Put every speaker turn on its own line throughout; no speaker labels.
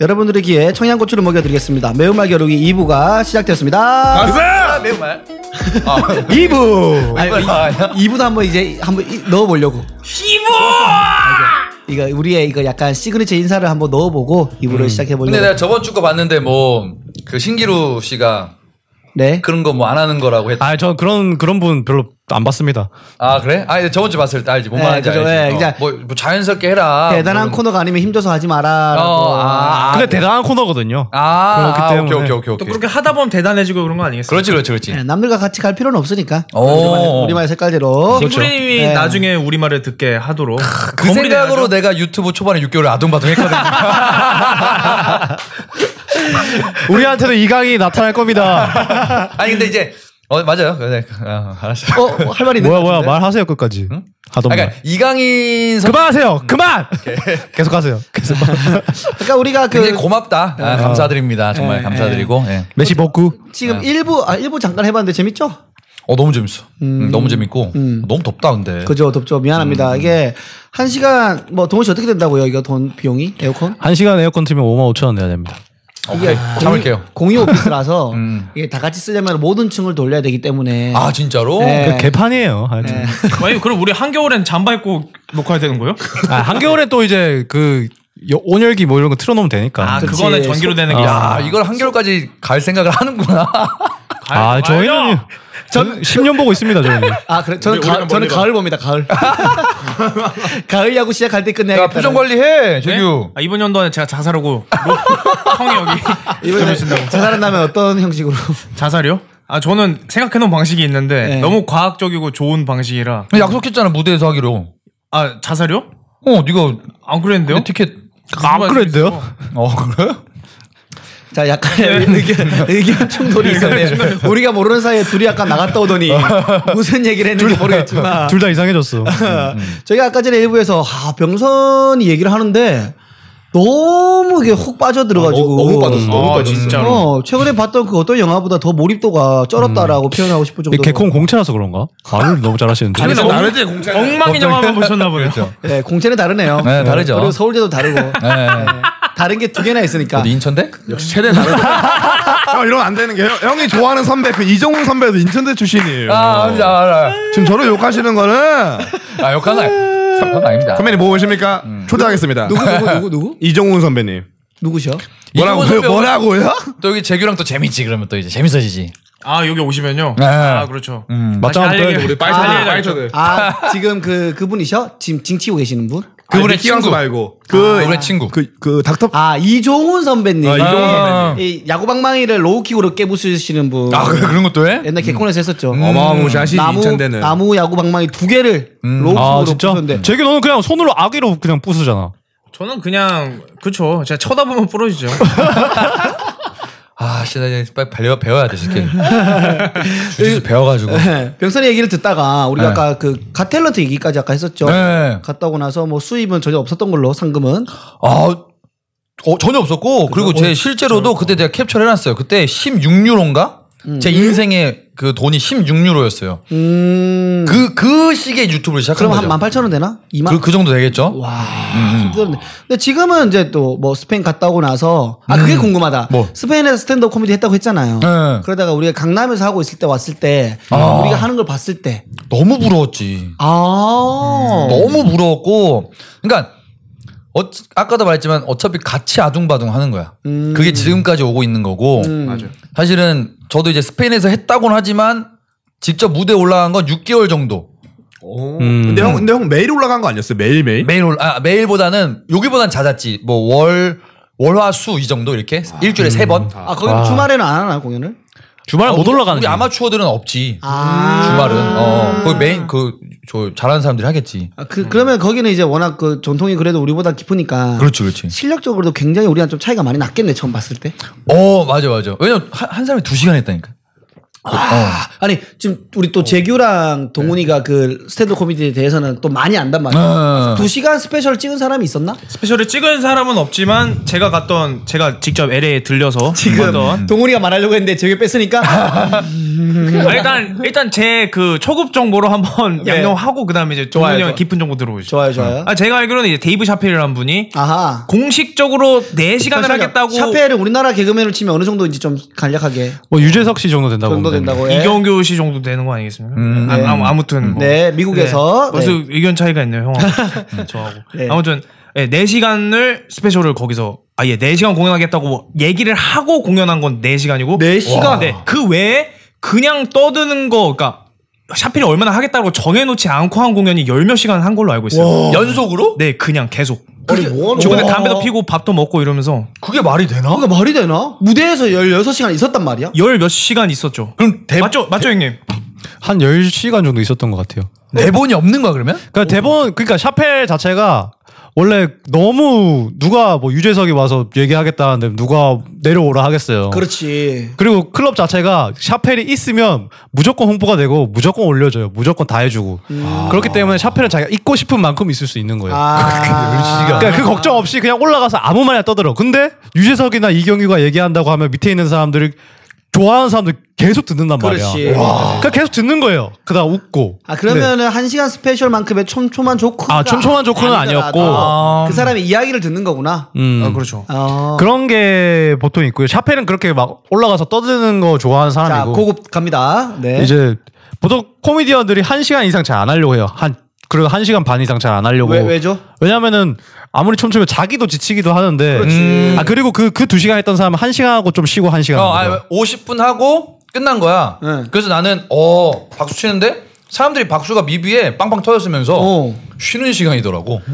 여러분들의 귀에 청양고추를 먹여드리겠습니다. 매운말 겨루기 2부가 시작되었습니다.
아, 매운말. 아,
2부!
아니, 이거 아니야?
2부도 한번 이제 한번 이- 넣어보려고. 2부! 이거 우리의 이거 약간 시그니처 인사를 한번 넣어보고 2부를
음. 근데
시작해보려고.
내가 저번 주 거 봤는데 뭐 그 신기루 씨가
네.
그런 거 뭐 안 하는 거라고 했다.
아, 저는 그런 그런 분 별로 안 봤습니다.
아 그래? 아 근데 저번 주 봤을 때 알지. 뭔 말인지
그죠. 예,
알지. 어,
그냥
뭐, 뭐 자연스럽게 해라.
대단한
뭐
코너가 아니면 힘줘서 하지 마라.
이런 거. 어, 아, 아,
근데 대단한 코너거든요.
아,
그렇기
아,
때문에.
오케이 오케이 오케이.
또
오케이.
그렇게 하다 보면 대단해지고 그런 거 아니겠어요?
그렇지 그렇지 그렇지.
네, 남들과 같이 갈 필요는 없으니까.
어. 오.
우리만의 색깔대로.
그렇죠.
싱구리님이
네.
나중에 우리 말을 듣게 하도록
그 생각으로 내가 유튜브 초반에 6개월 아둥바둥 했거든.
우리한테도 이강이 나타날 겁니다.
아니 근데 이제 어 맞아요. 네, 어, 알았어.
어, 할 말이 있는
뭐야
것
뭐야
같은데?
말하세요 끝까지. 하던
아,
말.
그러니까 이강인 선
그만하세요. 그만. 계속하세요. 계속.
그러니까 우리가 그
굉장히 고맙다. 아, 감사드립니다. 정말
예,
감사드리고. 예.
메시 먹고.
지금
네.
일 1부, 아, 1부 잠깐 해봤는데 재밌죠?
어 너무 재밌어. 음, 너무 재밌고 너무 덥다 근데.
그죠, 덥죠. 미안합니다.
음.
이게 한 시간 뭐 동훈 씨 어떻게 된다고요? 이거 돈 비용이 에어컨?
한 시간 에어컨 틀면 5만 5천 원 내야 됩니다.
오케이. 참을게요.
아, 공유 오피스라서
음.
이게 다 같이 쓰려면 모든 층을 돌려야 되기 때문에
아 진짜로?
네.
그 개판이에요. 하여튼.
아니 그럼 우리 한겨울엔 잠바 입고 녹화해야 되는 거예요?
아, 한겨울에 또 이제 그 여- 온열기 뭐 이런 거 틀어놓으면 되니까.
아
아,
그치.
그거는 전기로 되는 게
야 이걸 한겨울까지 갈 생각을 하는구나.
아, 저희는 전 10년 보고 있습니다. 저희는.
아, 그래 저는
우리-
가,
우리랑
저는
멀리
가을 봅니다. 가을. 가을 야구 시작할 때
야
끝내야겠다.
표정 관리해 재규.
아, 이번 연도에 제가 자살하고 형이 여기
이번에
들으신다고.
자살한다면 어떤 형식으로?
자살이요? 아 저는 생각해놓은 방식이 있는데
네.
너무 과학적이고 좋은 방식이라
네?
약속했잖아 무대에서 하기로.
아 자살이요?
어 네가
안 그랬는데요?
내 티켓.
안 그랬대요?
어 그래?
자, 약간의
네.
의견, 의견 충돌이 있었네요. 우리가 모르는 사이에 둘이 약간 나갔다 오더니 무슨 얘기를 했는지 모르겠지만
둘 다 이상해졌어.
음,
저희가 아까 전에 일부에서 아, 병선이 얘기를 하는데 너무 이게 훅 빠져들어가지고
어, 너무 빠졌어, 너무
아,
빠졌어.
진짜로.
어, 최근에 봤던 그 어떤 영화보다 더 몰입도가
음.
쩔었다라고 표현하고 싶을
이
정도로
개콘 공채라서 그런가? 말을 너무 잘하시는데.
아니,
그래서
엉-
나르지, 공짜로.
엉망인 영화 한번 보셨나 보네요
네, 공채는 다르네요.
네, 다르죠.
그리고 서울대도 다르고 예,
네.
다른 게 두 개나 있으니까.
어디 아, 네 인천대? 아,
역시 최대 나름. 형 이러면 안 되는 게 형, 형이 좋아하는 선배 그 이정훈 선배도 인천대 출신이에요.
아 알아 알아.
지금 저를 욕하시는 거는
아 욕하나? 그건 아닙니다.
선배님 뭐 보십니까? 초대하겠습니다.
누구 누구 누구 누구?
이정훈 선배님.
누구셔?
뭐라고
이정훈 선배
뭐라고요?
또 여기 재규랑 또 재밌지 그러면 또 이제 재밌어지지.
아 여기 오시면요?
네.
아 그렇죠
맞짱 한번 떠야 돼.
빨리
쳐들.
아 지금 그 그분이셔? 지금 징치고 계시는 분?
그분의
아니, 미키 강수
친구.
말고 그
그분의 친구.
그, 그 닥터
아 이종훈 선배님. 예,
아, 이종훈
선배님.
이 야구방망이를 로우킥으로 깨부수시는 분.
아 그래, 그런 것도 해?
옛날 개콘에서 했었죠.
어마무시하시지
나무
인천대는.
나무 야구방망이 두 개를
아,
로우킥으로
진짜?
부수는데
재규 너는 그냥 손으로 아기로 그냥 부수잖아.
저는 그냥 그쵸 제가 쳐다보면 부러지죠
아, 진짜 이제 빨리 배워, 배워야 돼, 새끼. 주짓수 배워가지고.
네, 병선의 얘기를 듣다가 우리가
네.
아까 그 가탤런트 얘기까지 아까 했었죠.
네.
갔다 오고 나서 뭐 수입은 전혀 없었던 걸로 상금은
아, 어, 전혀 없었고, 그리고 제 실제로도 그때 제가 캡처를 해놨어요. 그때 16유로인가? 제 인생의 그 돈이 16유로였어요.
음
그, 그 시기에 유튜브를 시작한
그럼 한
거죠.
18,000원 되나? 2만 어.
그, 그 정도 되겠죠?
와. 힘들었네. 근데 지금은 이제 또 뭐 스페인 갔다 오고 나서 아 그게 궁금하다.
뭐?
스페인에서 스탠드업 코미디 했다고 했잖아요.
네.
그러다가 우리가 강남에서 하고 있을 때 왔을 때
아.
우리가 하는 걸 봤을 때
너무 부러웠지.
아.
너무 부러웠고, 그러니까, 어, 아까도 말했지만 어차피 같이 아둥바둥 하는 거야.
음.
그게 지금까지 오고 있는 거고,
맞아.
사실은 저도 이제 스페인에서 했다곤 하지만 직접 무대 올라간 건 6개월 정도.
근데 형 근데 형 매일 올라간 거 아니었어요? 매일 매일.
매일 올, 아, 매일보다는 여기보단 잦았지. 뭐 월, 월화 수 이 정도 이렇게 일주일에 세 번.
아 거기 주말에는 안 하나 공연을?
아,
주말에 못 올라가는
우리
거야.
아마추어들은 없지.
아.
주말은 어, 거기 메인 그 저 잘하는 사람들이 하겠지.
아, 그 그러면 거기는 이제 워낙 그 전통이 그래도 우리보다 깊으니까
그렇지, 그렇지.
실력적으로도 굉장히 우리랑 좀 차이가 많이 났겠네 처음 봤을 때.
그,
어, 맞아, 맞아. 왜냐면 한, 한 사람이 두 시간 했다니까.
어.
아, 아니 지금 우리 또
네.
재규랑 동훈이가 그 스탠드 코미디에 대해서는 또 많이 안단 말이야.
어.
두 시간 스페셜 찍은 사람이 있었나?
스페셜을 찍은 사람은 없지만 제가 갔던 제가 직접 LA에 들려서
지금
봤던
동훈이가 말하려고 했는데 재규 뺐으니까
아, 일단 일단 제 그 초급 정보로 한번
음. 네.
양념하고 그다음에 이제
좋아요,
종훈이
좋아요.
형 깊은 정보 들어오시죠.
좋아요, 좋아요.
아 제가 알기로는 이제 데이브 샤펠이라는 분이
아하.
공식적으로 4시간을 하겠다고
샤페를 우리나라 개그맨으로 치면 어느 정도인지 좀 간략하게
뭐 유재석 씨 정도 된다고.
정도
보면 됩니다.
된다고. 예.
아, 이경규 씨 정도 되는 거 아니겠습니까? 아, 아무- 아무튼
음.
뭐.
네, 미국에서.
네. 벌써 의견 차이가 있네요, 형하고 저하고.
네.
아무튼 네, 4시간을 스페셜을 거기서 아예 4시간 공연하겠다고 얘기를 하고 공연한 건 4시간이고
네 시간?
네. 그 외에 그냥 떠드는 거 그러니까 샤필이 얼마나 하겠다고 정해놓지 않고 한 공연이 열몇 시간 한 걸로 알고 있어요.
연속으로?
네, 그냥 계속.
아니, 뭐 하는
중간에
거야?
담배도 피고 밥도 먹고 이러면서
그게 말이 되나?
그게 말이 되나? 무대에서 16시간 있었단 말이야?
열 몇 시간 있었죠.
그럼 대,
맞죠, 맞죠, 형님?
한 10시간 정도 있었던 것 같아요.
네.
대본이 네 없는 거야 그러면?
그러니까 대본 그러니까 샤펠 자체가 원래 너무 누가 뭐 유재석이 와서 얘기하겠다는데 누가 내려오라 하겠어요.
그렇지.
그리고 클럽 자체가 샤펠이 있으면 무조건 홍보가 되고 무조건 올려줘요. 무조건 다 해주고. 그렇기 때문에 샤펠은 자기가 있고 싶은 만큼 있을 수 있는 거예요.
아.
그러니까 그 걱정 없이 그냥 올라가서 아무 말이나 떠들어. 근데 유재석이나 이경규가 얘기한다고 하면 밑에 있는 사람들이 좋아하는 사람들 계속 듣는단 말이야.
그렇지.
그러니까 계속 듣는 거예요. 그다음 웃고.
아 그러면은 한 시간 스페셜만큼의 촘촘한 조크
아, 촘촘한 조크는 아니었고.
그 사람의 이야기를 듣는 거구나.
음.
아, 그렇죠.
어.
그런 게 보통 있고요. 샤펠은 그렇게 막 올라가서 떠드는 거 좋아하는
자
사람이고.
고급 갑니다. 네.
이제 보통 코미디언들이 한시간 이상 잘 안 하려고 해요. 한 그래도 한시간반 이상 잘 안 하려고.
왜 왜죠?
왜냐면은 아무리 촘촘해 자기도 지치기도 하는데. 음. 아 그리고 그 그 두 시간 했던 사람은 한 시간 하고 좀 쉬고 한 시간.
어,
네.
아, 50분 하고 끝난 거야.
응.
그래서 나는 어 박수 치는데 사람들이 박수가 미비에 빵빵 터졌으면서
어. 음. 아.
쉬는 시간이더라고. 또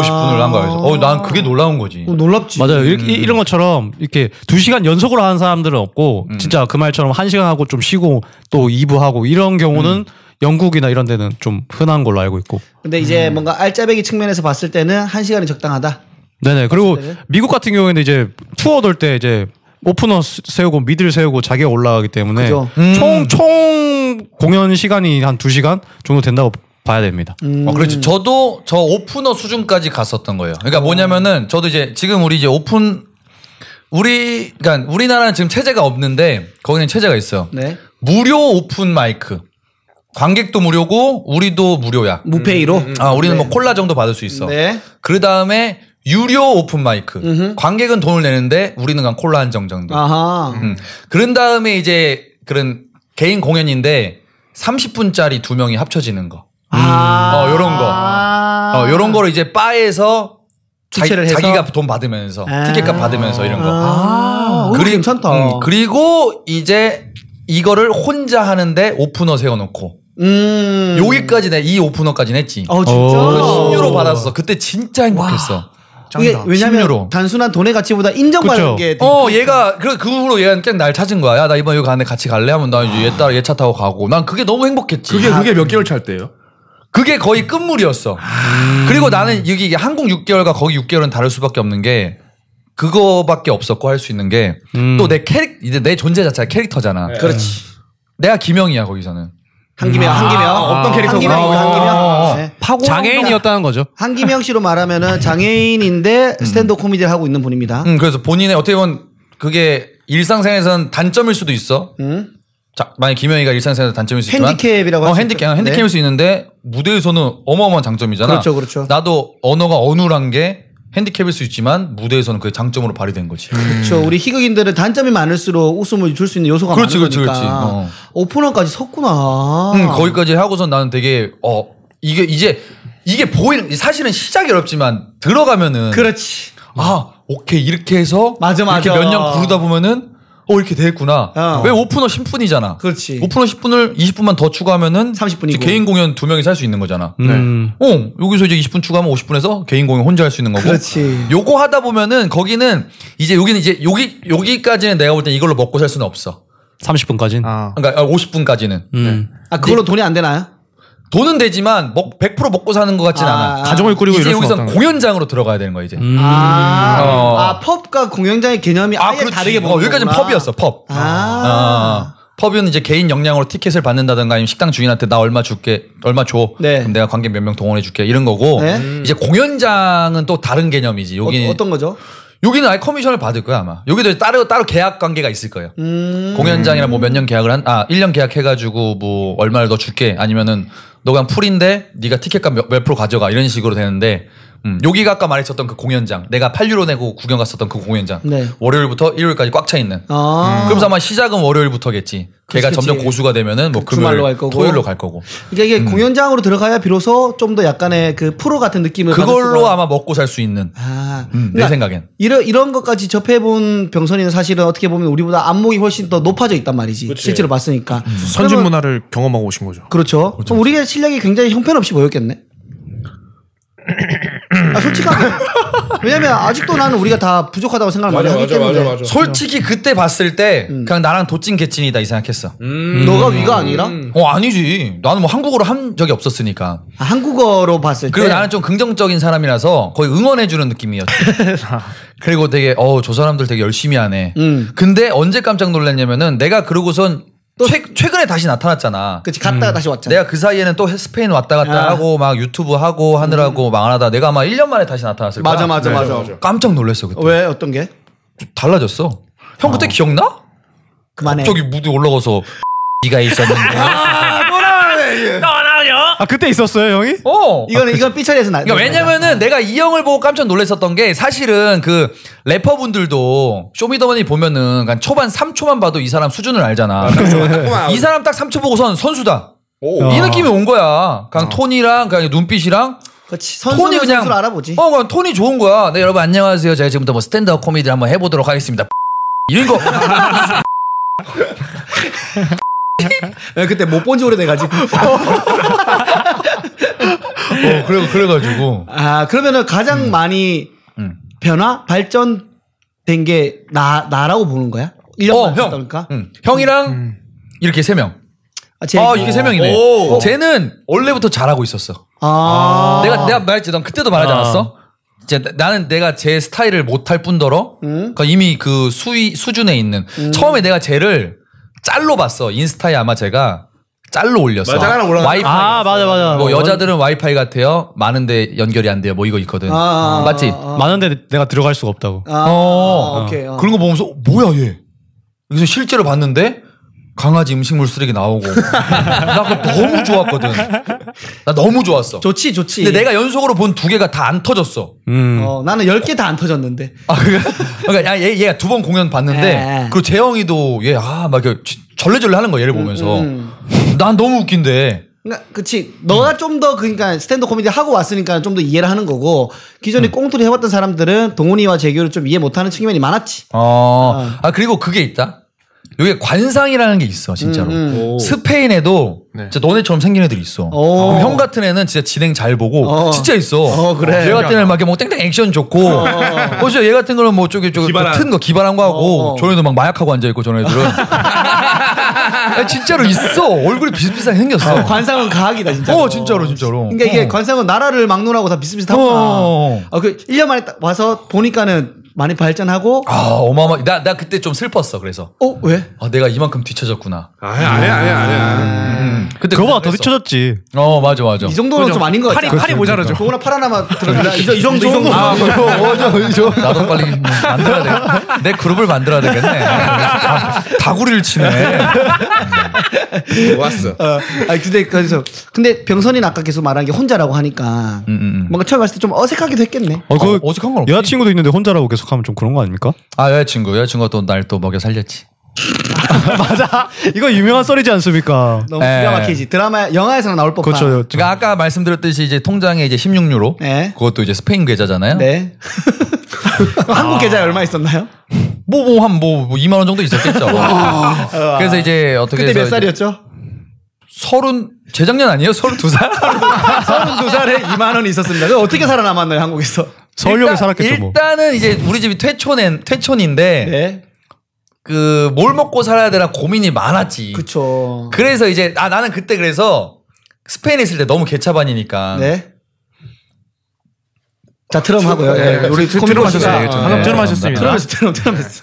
50분을 한 거야. 그래서 어난 그게 놀라운 거지.
어, 놀랍지.
맞아요. 이렇게, 이- 이런 것처럼 이렇게 두 시간 연속으로 하는 사람들은 없고 진짜 그 말처럼 한 시간 하고 좀 쉬고 또 2부 하고 이런 경우는 영국이나 이런 데는 좀 흔한 걸로 알고 있고.
근데 이제
음.
뭔가 알짜배기 측면에서 봤을 때는 한 시간이 적당하다.
네네. 그리고 미국 같은 경우에는 이제 투어 돌 때 이제 오프너 스- 세우고 미들 세우고 자기가 올라가기 때문에
그죠.
총, 총 공연 시간이 한 두시간 정도 된다고 봐야 됩니다.
어, 그렇지.
음.
저도 저 오프너 수준까지 갔었던 거예요. 그러니까
어.
뭐냐면은 저도 이제 지금 우리 이제 오픈 우리 그러니까 우리나라는 지금 체제가 없는데 거기는 체제가 있어요.
네.
무료 오픈 마이크. 관객도 무료고 우리도 무료야.
음,
무페이로.
아, 우리는 뭐 콜라 정도 받을 수 있어.
음. 네.
그 다음에 유료 오픈 마이크. 관객은 돈을 내는데 우리는 그냥 콜라 한 정 정도.
아하.
음. 그런 다음에 이제 그런 개인 공연인데 30분짜리 두 명이 합쳐지는 거.
아.
어, 요런 거. 어, 요런 거를 이제 바에서 자,
주최를 해서?
기가돈 받으면서
아.
티켓값 받으면서 이런 거.
아. 그리
그리-
괜찮다.
음, 그리고 이제 이거를 혼자 하는데 오프너 세워놓고
음.
여기까지 내 이 오프너까지 냈지.
어
그거
진짜.
오.
10유로 받았어. 그때 진짜 행복했어.
이게 왜냐면
10유로.
단순한 돈의 가치보다 인정받는
그쵸.
게. 되게
어, 얘가 그, 그 후로 얘가 계속 날 찾은 거야. 야, 나 이번 여기 가는데 같이 갈래? 하면 나 이제 얘 따라 얘 차 타고 가고. 난 그게 너무 행복했지. 아,
그게 그게 몇 개월 찰 때예요? 아.
그게 거의 끝물이었어. 그리고 나는 여기 이게 한국 6개월과 거기 6개월은 다를 수밖에 없는 게 그거밖에 없었고 할 수 있는 게 또
음.
내 캐릭 이제 내 존재 자체가 캐릭터잖아.
그렇지.
내가 김영이야 거기서는.
한기명, 한기명.
어떤
아, 한기명,
캐릭터구나.
아.
한기명. 네.
파고
장애인이었다는 거죠.
한기명 씨로 말하면은 장애인인데 스탠드 코미디를 하고 있는 분입니다.
음, 그래서 본인의 어떻게 보면 그게 일상생에선 단점일 수도 있어.
음.
자, 만약 김영희가 일상생활에서 단점일 수 있지만
핸디캡이라고
어,
할수
핸디캡
있죠.
핸디캡일
네.
수 있는데 무대에서는 어마어마한 장점이잖아.
그렇죠, 그렇죠.
나도 언어가 어눌한 게 핸디캡일 수 있지만 무대에서는 그게 장점으로 발휘된 거지.
그렇죠. 우리 희극인들은 단점이 많을수록 웃음을 줄 수 있는 요소가
그렇지,
많으니까.
그렇지, 그렇지. 어.
오프너까지 섰구나.
음, 거기까지 하고선 나는 되게 어 이게 이제 이게 보이는 사실은 시작이 어렵지만 들어가면은
그렇죠, 그렇지.
아 오케이 이렇게 해서
맞아, 맞아.
이렇게 몇 년 부르다 보면은 어 이렇게 됐구나.
어.
왜 오프너 10분이잖아.
그렇지.
오프너 10분을 20분만 더 추가하면은
30분 이고.
이제 개인 공연 두 명이 살 수 있는 거잖아.
음.
어, 여기서 이제 20분 추가하면 50분에서 개인 공연 혼자 할 수 있는 거고.
그렇지.
요거 하다 보면은 거기는 이제 여기는 이제 여기 여기까지는 내가 볼 땐 이걸로 먹고 살 수는 없어.
30분까진.
아.
그러니까 50분까지는 네.
음.
아, 그걸로 돈이 안 되나요?
돈은 되지만 먹 100% 먹고 사는 것 같진
아,
않아.
가정을 꾸리고
이제
이럴 수는 음.
여기서
없다는
공연장으로 들어가야 되는 거야 이제.
아,
음. 어.
아, 펍과 공연장의 개념이 아, 예
그렇지.
다르게
어,
보는
여기까지는
거구나.
펍이었어 펍.
아.
아, 펍은 이제 개인 역량으로 티켓을 받는다든가 아니면 식당 주인한테 나 얼마 줄게 얼마 줘
네.
그럼 내가 관객 몇 명 동원해 줄게 이런 거고
네.
이제 공연장은 또 다른 개념이지
어,
여기
어떤 거죠?
여기는 아예 커미션을 받을 거야 아마. 여기도 따로 따로 계약 관계가 있을 거예요.
음.
공연장이랑 뭐 몇 년 계약을 한, 아, 1년 계약해가지고 뭐 얼마를 더 줄게. 아니면은 너가 그냥 풀인데 네가 티켓값 몇, 몇 프로 가져가. 이런 식으로 되는데, 음, 여기가 아까 말했었던 그 공연장. 내가 8유로 내고 구경 갔었던 그 공연장.
네.
월요일부터 일요일까지 꽉 차 있는.
아.
그러면서 아마 시작은 월요일부터겠지. 걔가
그치,
점점
그치.
고수가 되면은 뭐 금요일,
주말로 갈 거고.
토요일로 갈 거고.
그러니까
음.
이게 공연장으로 들어가야 비로소 좀 더 약간의 그 프로 같은 느낌을 받을
그걸로
수가-
아마 먹고 살 수 있는.
아,
음, 내
그러니까
생각엔.
이런 이런 것까지 접해본 병선이는 사실은 어떻게 보면 우리보다 안목이 훨씬 더 높아져 있단 말이지 실제로
음.
봤으니까
선진
그러면-
문화를 경험하고 오신 거죠.
그렇죠. 그럼 우리의 실력이 굉장히 형편없이 보였겠네. 아, 솔직하게. 왜냐면 아직도 나는 우리가 다 부족하다고 생각을 많이 하기 때문에
솔직히 그때 봤을 때
음.
그냥 나랑 도찐 개찐이다 이 생각했어.
너가 위가 아니라
어 아니지. 나는 뭐 한국어로 한 적이 없었으니까.
아, 한국어로 봤을 때
그리고 나는 좀 긍정적인 사람이라서 거의 응원해 주는 느낌이었지. 그리고 되게 어 저 사람들 되게 열심히 하네.
아. 음.
근데 언제 깜짝 놀랐냐면은 내가 그러고선 최, 최근에 다시 나타났잖아.
그치 갔다가 다시 왔잖아.
내가 그 사이에는 또 스페인 왔다 갔다
아.
하고 막 유튜브 하고 하느라고 망하다 내가 아마 1년 만에 다시 나타났을 거야.
맞아 맞아 맞아.
깜짝 놀랐어 그때.
왜 어떤 게?
달라졌어. 형 그때 기억나?
그만해.
갑자기 무대 올라가서 네가 있었는데.
아 그때 있었어요 형이?
어.
이거는 이건 삐처리에서 나.
그러니까 왜냐면은 내가 이 형을 보고 깜짝 놀랐었던 게 사실은 그 래퍼분들도 쇼미더머니 보면은 그냥 초반 3초만 봐도 이 사람 수준을 알잖아. 이 사람 딱 3초 보고선 선수다. 이 느낌이 온 거야. 그냥 톤이랑 그냥 눈빛이랑
그렇지. 선수
톤이 그냥
선수를 알아보지.
어, 그냥 톤이 좋은 거야. 네 여러분 안녕하세요. 제가 지금부터 뭐 스탠드업 코미디를 한번 해보도록 하겠습니다. 이런 거
야, 그때 못 본 지 오래돼가지고.
어, 그래, 그래가지고.
아 그러면은 가장 많이
음.
변화 발전된 게 나 나라고 보는 거야? 1년
어,
만에
형.
그러니까.
응. 형이랑 이렇게 세 명.
아, 제
아,
얘기.
이게 세 명이네. 쟤는 원래부터 잘하고 있었어.
아.
내가, 내가 말했지. 난 그때도 말하지 않았어? 이제 나- 나는 내가 제 스타일을 못할 뿐더러
음.
그러니까 이미 그 수위, 수준에 있는 처음에 내가 쟤를 짤로 봤어. 인스타에 아마 제가 짤로 올렸어.
맞아, 하나 올라갔어.
와이파이.
아 맞아 맞아.
뭐 여자들은 와이파이 같아요. 많은데 연결이 안 돼요. 뭐 이거 있거든.
아, 아,
맞지?
아,
많은데 내가 들어갈 수가 없다고.
아,
어.
아, 오케이. 어.
그런 거 보면서 어, 뭐야 얘. 그래서 실제로 봤는데 강아지 음식물 쓰레기 나오고 나 그거 너무 좋았거든. 나 너무 좋았어.
좋지, 좋지.
근데 내가 연속으로 본 두 개가 다 안 터졌어.
음.
어, 나는 10개 다 안 터졌는데.
아, 그러니까 얘, 얘가 두 번 공연 봤는데
에.
그리고 재영이도 얘 아 막 절레절레 하는 거야 얘를 보면서
음.
난 너무 웃긴데
그러니까 그치. 너가 좀 더 그러니까 스탠드 코미디 하고 왔으니까 좀 더 이해를 하는 거고 기존에
음.
꽁투를 해왔던 사람들은 동훈이와 재규를 좀 이해 못하는 측면이 많았지.
어. 아 그리고 그게 있다. 이게 관상이라는 게 있어 진짜로.
음, 음.
스페인에도 진짜 너네처럼 생긴 애들이 있어.
오.
그럼 형 같은 애는 진짜 진행 잘 보고
어.
진짜 있어.
어, 그래.
얘 같은 애는 막 이렇게 뭐 땡땡 액션 좋고. 어. 진짜 얘 같은 거는 뭐 저기 저기
기발한.
튼거 기발한 거 하고
어.
저희도 막 마약하고 앉아 있고 저런 애들은. 야, 진짜로 있어. 얼굴이 비슷비슷하게 생겼어. 어,
관상은 과학이다 진짜.
진짜로 진짜로.
그러니까 이게
어.
관상은 나라를 막론하고 다 비슷비슷하구나.
어.
아, 그 1년 만에 딱 와서 보니까는 많이 발전하고
아 어마어마. 나 나 그때 좀 슬펐어. 그래서
어, 왜?
아 내가 이만큼 뒤쳐졌구나.
아니 아니 아니 아니.
그때
그거보다 더
그랬어.
뒤쳐졌지.
어 맞아 맞아.
이 정도는 좀 아닌 것 같아.
팔이- 팔이 모자라죠. 그렇죠.
동훈아 팔 하나만 들어라. 이, 정- 이 정도, 이 정도.
아, 그거 나도 빨리 만들어야 돼. 내 그룹을 만들어야 되겠네. 아, 다구리를 치네.
좋았어.
어, 아니 근데 그래서 근데 병선이는 아까 계속 말한 게 혼자라고 하니까
음, 음.
뭔가 처음 봤을 때 좀 어색하기도 했겠네.
어, 그
어, 어색한 건 없지.
여자친구도 있는데 혼자라고 계속 하면 좀 그런 거 아닙니까?
아 여자친구, 여자친구가 또 날 또 먹여 살렸지.
맞아. 이거 유명한 썰이지 않습니까?
너무
에.
기가 막히지. 드라마 영화에서나 나올 법한.
그렇죠.
네. 그러니까 아까 말씀드렸듯이 이제 통장에 이제 16유로.
네.
그것도 이제 스페인 계좌잖아요.
네. 한국
아.
계좌에 얼마 있었나요?
뭐 뭐 한 뭐 2만 원 정도 있었겠죠. 그래서 이제 어떻게
그때 몇
해서 이제
살이었죠?
서른 재작년 아니에요? 서른 두 살?
32살에 2만 원이 있었습니다. 그거 어떻게 살아남았나요, 한국에서?
서울역에 살았겠죠 뭐.
일단은 이제 우리 집이 퇴촌엔 퇴촌인데
네.
그 뭘 먹고 살아야 되나 고민이 많았지.
그쵸.
그래서 이제 아 나는 그때 그래서 스페인에 있을 때 너무 개차반이니까
네. 자, 트럼 하고요. 예, 우리
트럼
코미디언 씨가-
하셨어요. 방금
예.
트럼
하셨습니다.
트럼 했어, 트럼, 트럼 했어.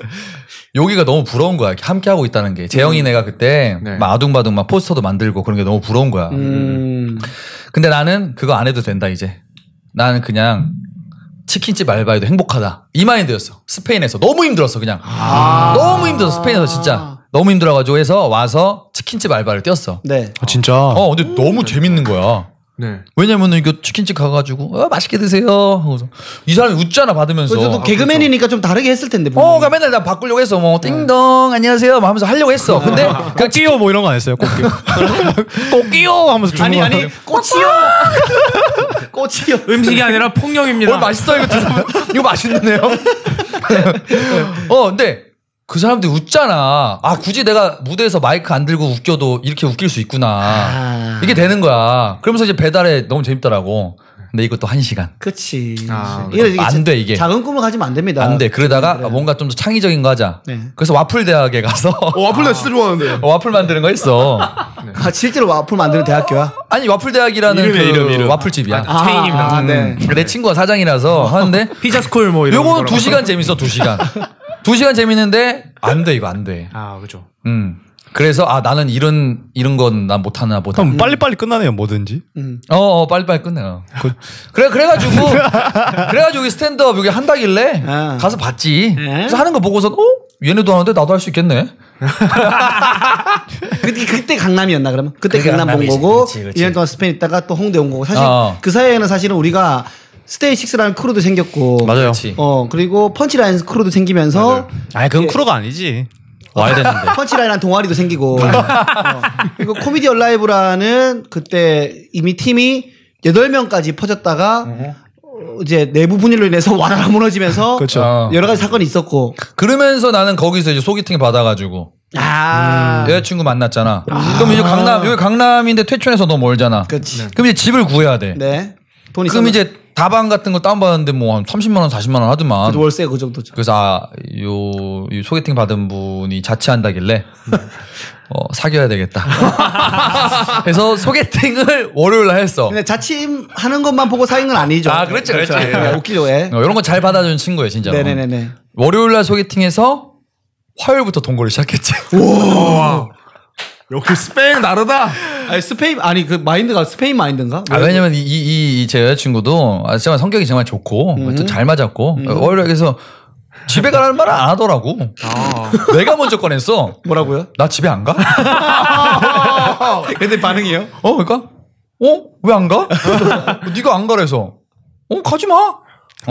여기가 너무 부러운 거야 함께 하고 있다는 게 재영이 내가 그때
네.
막 아둥바둥 막 포스터도 만들고 그런 게 너무 부러운 거야.
음.
근데 나는 그거 안 해도 된다 이제. 나는 그냥 치킨집 알바해도 행복하다. 이 마인드였어. 스페인에서 너무 힘들었어 그냥.
아.
너무 힘들었어 스페인에서 진짜 너무 힘들어가지고 해서 와서 치킨집 알바를 뛰었어.
네.
아, 진짜.
어 근데 너무 재밌는 거야.
네.
왜냐면 이거 치킨집 가가지고 어, 맛있게 드세요. 하고서 이 사람이 웃잖아 받으면서.
그래서 또 개그맨이니까 좀 다르게 했을 텐데.
어,
분명히.
그러니까 맨날 나 바꾸려고 했어. 뭐 띵동 안녕하세요. 뭐 하면서 하려고 했어. 근데
꼭 끼요 뭐 이런 거 안 했어요. 꼭 끼요. 꼭 끼요 하면서 주문
아니 아니 꽃이요. 꽃이요.
음식이 아니라 폭력입니다.
뭘 맛있어 이거 드세요. 이거 맛있는데요. 어, 근데 그 사람들 이 웃잖아. 아 굳이 내가 무대에서 마이크 안 들고 웃겨도 이렇게 웃길 수 있구나.
아,
이게 되는 거야. 그러면서 이제 배달에 너무 재밌더라고. 근데 이것도 한 시간.
그치.
아,
안 돼, 이게.
작은 꿈을 가지면 안 됩니다.
안 돼. 그러다가 뭔가 좀 더 창의적인 거 하자.
네.
그래서 와플 대학에 가서
어, 와플 나 진짜 좋아하는데.
와플 만드는 거 했어.
아, 실제로 와플 만드는 대학교야.
아니 와플 대학이라는
이름이야,
그
이름, 이름.
와플집이야.
아,
체인입니다.
아, 네.
내 친구가 사장이라서 하는데
피자 스쿨 뭐 이런
요거는
거라고.
두 시간 재밌어 두 시간 두 시간 재밌는데 안 돼 이거 안돼
아, 그죠.
음 그래서 아 나는 이런 이런 건 난 못하나 보다
그럼 음, 빨리빨리 끝나네요, 뭐든지.
어, 어 빨리빨리 끝내요 그래 그래가지고 그래가지고 이 스탠드업 여기 한다길래
아.
가서 봤지
네.
그래서 하는 거 보고서 어 얘네도 하는데 나도 할 수 있겠네
그, 그때 강남이었나 그러면 그때
그게
강남 본
강남이지.
거고
그치, 그치.
1년 동안 스페인 있다가 또 홍대 온 거고 사실
어.
그 사이에는 사실은 우리가 스테이식스라는 크루도 생겼고
맞아요.
그치.
어 그리고 펀치라인 크루도 생기면서
아니 그건 크로가 아니지. 와야 되는데.
펀치라인한 동아리도 생기고 어. 그리고 코미디 얼라이브라는 그때 이미 팀이 8명까지 퍼졌다가 어, 이제 내부 분열로 인해서 와라 무너지면서
그렇죠.
어.
여러 가지 사건이 있었고
그러면서 나는 거기서 이제 소개팅 받아가지고
아
여자친구 만났잖아 그럼 이제 강남 여기 강남인데 퇴촌해서 너무 멀잖아
그치.
그럼 이제 집을 구해야 돼
네. 돈
그럼
있으면
이제 다방 같은 거 다운받았는데 뭐 한 30만 원, 40만 원 하더만.
월세 그 정도죠.
그래서 아, 요, 이 소개팅 받은 분이 자취한다길래 어, 사귀어야 되겠다. 그래서 소개팅을 월요일 날 했어.
근데 자취하는 것만 보고 사귄 건 아니죠.
아, 어. 그렇지, 그렇지.
네, 웃기죠, 예.
이런 거 잘 받아주는 친구예요, 진짜로.
네네네네.
월요일 날 소개팅해서 화요일부터 동거를 시작했지.
역시 스페인 다르다.
아니, 스페인, 아니, 그 마인드가 스페인 마인드인가?
아, 왜냐면 이, 이, 이, 제 여자친구도 아, 정말 성격이 정말 좋고 뭐
음.
또 잘 맞았고 월요일에 그래서 집에 가라는 말을 안 하더라고. 내가 먼저 꺼냈어.
아. 뭐라고요?
나 집에 안 가?
근데 반응이요?
어, 그러니까 어? 왜 안 가? 네가 안 가래서 어, 가지 마. 어,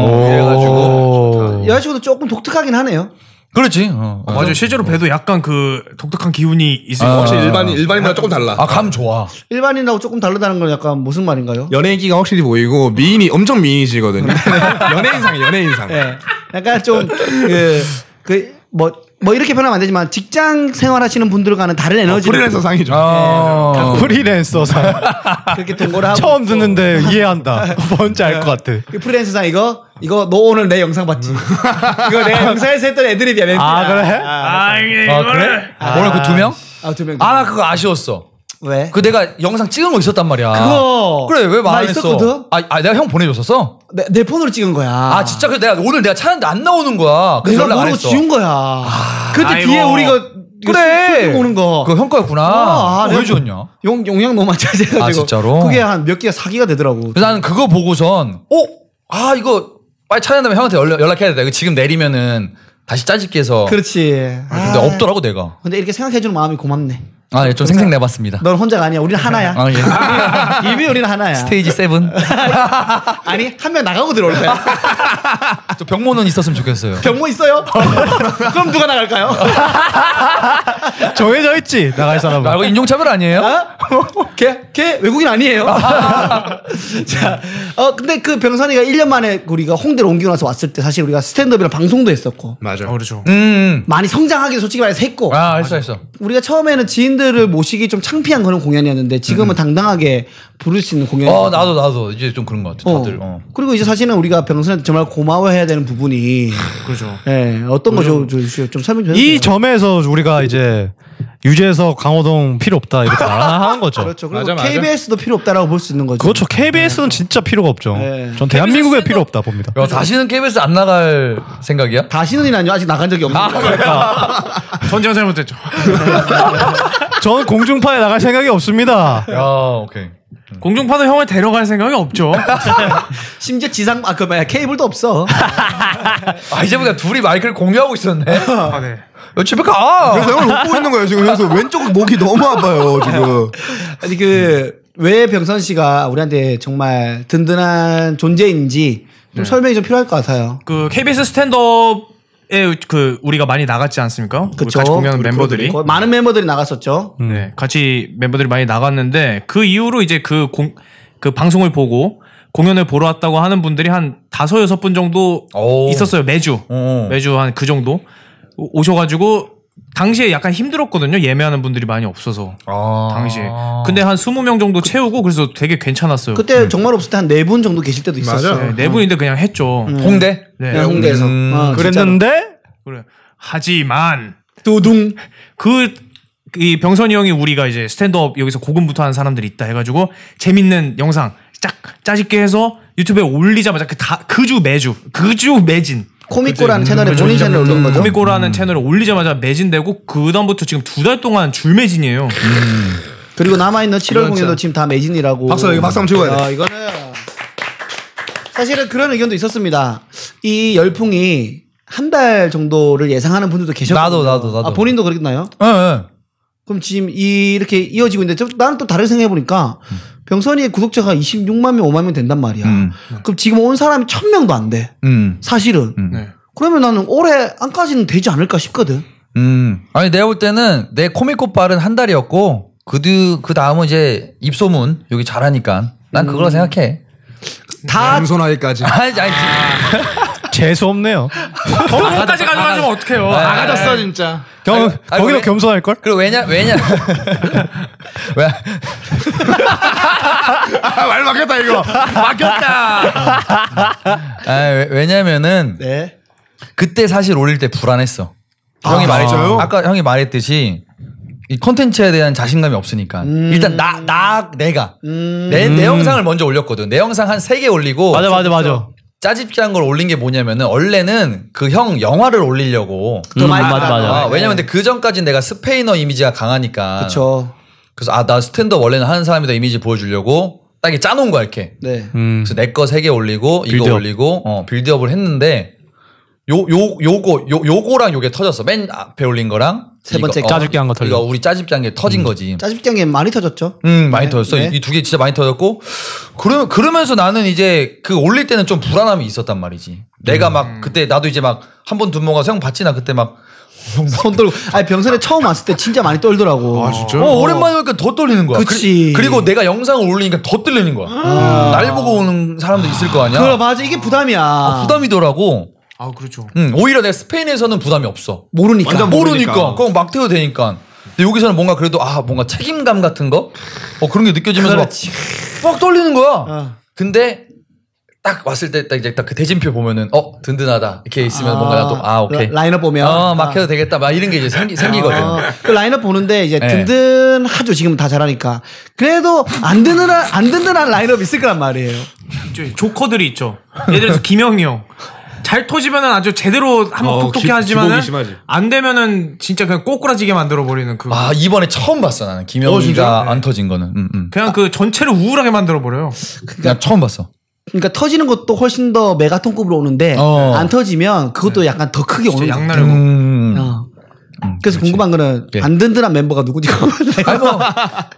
그래가지고
오.
여자친구도 조금 독특하긴 하네요.
그렇지. 어,
맞아요. 실제로 배도 약간 그 독특한 기운이 있을
아.
것
확실히
같아요.
일반인 일반인보다 조금 달라.
아, 감 좋아.
네. 일반인하고 조금 다르다는 건 약간 무슨 말인가요?
연예기가 확실히 보이고 미인이 엄청 미인이시거든요.
아.
연예인상 연예인상.
예. 약간 좀, 그, 그, 뭐, 뭐 이렇게 표현하면 안 되지만 직장 생활하시는 분들과는 다른 에너지를
프리랜서 상이죠.
아,
프리랜서상.
그렇게 동거를 하고.
처음 듣는데 네. 이해한다. 뭔지 알 것 같아.
그 프리랜서상 이거 이거 너 오늘 내 영상 봤지? 이거 내가 영상에서 했던 애드립이야. 멘트야.
아, 그래?
아,
네.
이게
아,
이거를-
그래? 오늘 그 두 명?
아두 명.
아, 나 그거 아쉬웠어.
왜?
그 내가 영상 찍은 거 있었단 말이야.
그거
그래 왜 말
나
안 했어?
있었거든?
아, 아, 내가 형 보내줬었어.
내, 내 폰으로 찍은 거야.
아, 진짜 그래 내가 오늘 내가 찾는데 안 나오는 거야. 그래서
아, 내가
연락 안
모르고
했어.
지운 거야. 그때
아이고.
뒤에 우리가
그래.
술 오는 거.
그거 형 거였구나. 어,
아,
왜
내가
지웠냐?
용 용량 너무 많이 차지해가지고.
아, 진짜로?
그게 한 몇 개가 사기가 되더라고.
그래서 나는 그거 보고선 어? 아 이거 빨리 찾아내면 형한테 연락, 연락해야 돼. 이거 지금 내리면은 다시 짜집기해서
그렇지.
아,
아,
근데 없더라고 내가.
근데 이렇게 생각해주는 마음이 고맙네.
아 좀 생생내봤습니다.
넌 혼자가 예, 아니야. 우리는 하나야.
아, 예.
이미 우리는 하나야.
스테이지 세븐.
아니 한 명 나가고 들어올
아.
거야.
저 병모는 있었으면 좋겠어요.
경모 있어요? 그럼 누가 나갈까요?
정해져 있지. 나갈
아,
사람은.
이거 인종차별 아니에요?
걔, 걔 외국인 아니에요. 자, 어, 근데 그 병선이가 1년 만에 우리가 홍대로 옮기고 나서 왔을 때 사실 우리가 스탠드업이랑 방송도 했었고
맞아.
어, 그렇죠.
음.
많이 성장하기도 솔직히 말해서 했고
아 했어 했어.
우리가 처음에는 지인들을 모시기 좀 창피한 그런 공연이었는데 지금은 당당하게 부를 수 있는 공연이
어 나도 나도 이제 좀 그런 것 같아. 다들. 어.
그리고 이제 사실은 우리가 병선한테 정말 고마워해야 되는 부분이
그렇죠.
예, 어떤 거죠? 좀, 좀, 좀 설명 좀 해주세요.
이 점에서 우리가 이제 유재석 강호동 필요 없다 이렇게 말하는 거죠.
그렇죠. 그리고
맞아, 맞아.
KBS도 필요 없다라고 볼 수 있는 거죠.
그렇죠. KBS는 진짜 필요가 없죠.
네.
전 대한민국에 필요 없다 봅니다.
야, 다시는 KBS 안 나갈 생각이야?
다시는이라뇨 아직 나간 적이 없는 거예요.
선지가 잘못했죠.
저는 공중파에 나갈 생각이 없습니다.
야 오케이.
공중파도 형을 데려갈 생각이 없죠.
심지어 지상 아그 뭐야 케이블도 없어.
아 이제부터 둘이 마이크를 공유하고 있었네. 야,
아, 네.
집에 가.
그래서 형을 웃고 있는 거예요 지금. 그래서 왼쪽 목이 너무 아파요 지금.
아니 그 왜 병선 씨가 우리한테 정말 든든한 존재인지 좀 설명이 좀 필요할 것 같아요.
그 KBS 스탠드업에 그 우리 우리가 많이 나갔지 않습니까?
그쵸
같이 공연한 멤버들이.
그렇죠. 많은 멤버들이 나갔었죠.
네, 같이 멤버들이 많이 나갔는데 그 이후로 이제 그 공 그 방송을 보고 공연을 보러 왔다고 하는 분들이 한 다섯 여섯 분 정도
오.
있었어요 매주
어.
매주 한 그 정도 오- 오셔가지고 당시에 약간 힘들었거든요 예매하는 분들이 많이 없어서
아.
당시에 근데 한 20명 정도 채우고 그래서 되게 괜찮았어요
그때 정말 없을 때 한 네 분 정도 계실 때도 있었어요.
맞아.
네, 네 분인데 그냥 했죠
홍대.
네.
그냥 홍대에서.
음,
어, 진짜로.
그랬는데
그래. 하지만
두둥.
그, 이 병선이 형이 우리가 이제 스탠드업 여기서 고군부터 하는 사람들이 있다 해가지고 재밌는 영상 짝 짜집게 해서 유튜브에 올리자마자 그 다 그 주 매주 그 주 매진
코미꼬라는 채널에 본인 채널에 올린 거죠.
음.
코미코라는 채널에 올리자마자 매진되고 그 다음부터 지금 두 달 동안 줄 매진이에요.
음.
그리고 남아있는 7월 공연도 지금 다 매진이라고.
박수, 여기 박수 한번 치고 가야 돼.
아, 이거는 사실은 그런 의견도 있었습니다. 이 열풍이 한 달 정도를 예상하는 분들도 계셨고.
나도, 나도, 나도.
아, 본인도 그랬나요?
응, 응.
그럼 지금 이- 이렇게 이어지고 있는데 좀 나는 또 다르게 생각해보니까 병선이의 구독자가 26만 명, 5만 명 된단 말이야.
음.
그럼 지금 온 사람이 1000명도 안 돼.
음.
사실은.
네.
그러면 나는 올해 안까지는 되지 않을까 싶거든.
음. 아니 내가 볼 때는 내 코믹코 발은 한 달이었고 그드 그 다음은 이제 입소문 여기 잘하니까 난
음.
그걸로 생각해.
다
양손아이까지.
아니 아니
재수 없네요.
거기까지 가져가시면 어떡해요.
네. 나가졌어 진짜.
겸
아니, 아니,
거기도
왜-
겸손할 걸?
그리고 왜냐 왜냐 왜
아말 막혔다 이거.
막혔다. 아, 왜, 왜냐면은
네.
그때 사실 올릴 때 불안했어.
아,
형이 말했죠.
진짜요?
아까 형이 말했듯이 이 컨텐츠에 대한 자신감이 없으니까
음.
일단 나 나 내가 내 내 영상을 먼저 올렸거든. 내 영상 한 세 개 올리고
음. 맞아 맞아 맞아.
짜집기 한걸 올린 게 뭐냐면은 원래는 그 형 영화를 올리려고
또
음,
많이 네.
맞아
나가고.
아,
맞아.
왜냐면 근데 그 전까지 내가 스페인어 이미지가 강하니까
그쵸.
그래서 아 나 스탠드업 원래는 하는 사람이다 이미지 보여주려고 딱 이렇게 짜놓은 거야 이렇게
네.
음.
그래서 내 거 세 개 올리고 이거
빌드업.
올리고 어, 빌드업을 했는데 요 요 요거 요 요거랑 요게 터졌어. 맨 앞에 올린 거랑
세 번째
이거, 어,
짜집기 한거 터지고.
이거 우리 짜집기 한 게 터진 거지.
짜집장에 많이 터졌죠.
음 많이 터졌어.
네.
이 두 개 진짜 많이 터졌고 그러 그러면서 나는 이제 그 올릴 때는 좀 불안함이 있었단 말이지. 내가 막 그때 나도 이제 막 한 번 둔모가 형 봤지 나 그때 막
손 떨고. 아니, 병선에 처음 왔을 때 진짜 많이 떨더라고.
아 진짜.
어, 오랜만에 오니까 더 떨리는 거야.
그치.
리, 고 내가 영상을 올리니까 더 떨리는 거야. 날 보고 오는 사람도 있을 거 아니야.
그래, 맞아. 이게 부담이야.
아, 부담이더라고.
아 그렇죠.
음, 오히려 내 스페인에서는 부담이 없어.
모르니까.
완전 모르니까.
모르니까. 그럼 막 태워도 되니까. 근데 여기서는 뭔가 그래도 아 뭔가 책임감 같은 거, 어 그런 게 느껴지면서 막,
그렇지.
막 떨리는 거야.
어.
근데 딱 왔을 때 딱 이제 딱 그 대진표 보면은 어 든든하다 이렇게 있으면 뭔가 나도 아 오케이.
라- 라인업 보면.
어 막혀도 되겠다 막 이런 게 이제 생기, 생기거든.
어, 그 라인업 보는데 이제
네.
든든하죠. 지금 다 잘하니까. 그래도 안 든든한, 안 든든한 라인업 있을 거란 말이에요.
저 조커들이 있죠. 예를 들어서 김영희 형. 잘 터지면은 아주 제대로 한번
어,
똑똑히
기-
하지만은
기복이 심하지.
안 되면은 진짜 그냥 꼬꾸라지게 만들어 버리는 그
아 이번에 처음 봤어 나는 김영희가 안 터진 거는. 음, 음.
그냥 그 전체를 우울하게 만들어
그
버려요.
나 처음 봤어.
그러니까 터지는 것도 훨씬 더 메가톤급으로 오는데
어.
안 터지면 그것도 약간 더 크게 오는
진짜
거
양날고
음.
어. 그래서 궁금한 거는
예.
안 든든한 멤버가 누구지?
아니 뭐다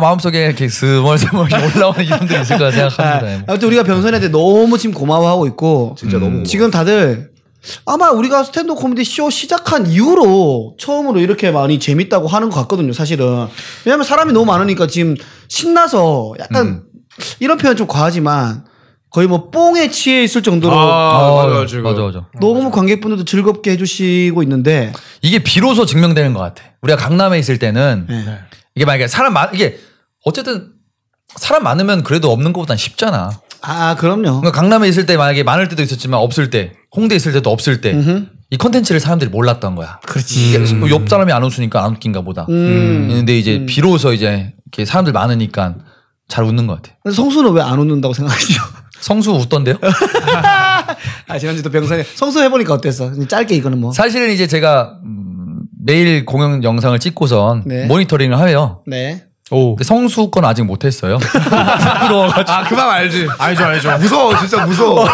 마음속에 이렇게 스멀스멀 올라오는 이름들이 있을 거라 생각합니다. 뭐.
아무튼 우리가 병선이한테 너무 지금 고마워하고 있고
진짜 너무.
지금 다들 아마 우리가 스탠드 코미디 쇼 시작한 이후로 처음으로 이렇게 많이 재밌다고 하는 것 같거든요, 사실은. 왜냐면 사람이 너무 많으니까 지금 신나서 약간 이런 표현 좀 과하지만 거의 뭐 뽕에 취해 있을 정도로
아 맞아
맞아,
지금.
맞아.
너무 관객분들도 즐겁게 해주시고 있는데
이게 비로소 증명되는 것 같아. 우리가 강남에 있을 때는
네.
이게 만약에 사람 많 이게 어쨌든 사람 많으면 그래도 없는 것보단 쉽잖아.
아 그럼요.
그러니까 강남에 있을 때 만약에 많을 때도 있었지만 없을 때, 홍대 있을 때도 없을 때. 이 컨텐츠를 사람들이 몰랐던 거야. 그렇지.
음.
옆 사람이 안 웃으니까 안 웃긴가 보다.
음.
근데 이제 비로소 이제 이렇게 사람들 많으니까 잘 웃는 것 같아.
근데 성수는 왜 안 웃는다고 생각하시죠?
성수 웃던데요?
아 지난주 또 병선이 성수 해보니까 어땠어? 짧게 이거는 뭐.
사실은 이제 제가 음, 매일 공연 영상을 찍고선
네.
모니터링을 하요.
네.
오.
근데 그 성수 건 아직 못했어요.
아, 그 맘 알지.
알죠 알죠.
무서워, 진짜 무서워.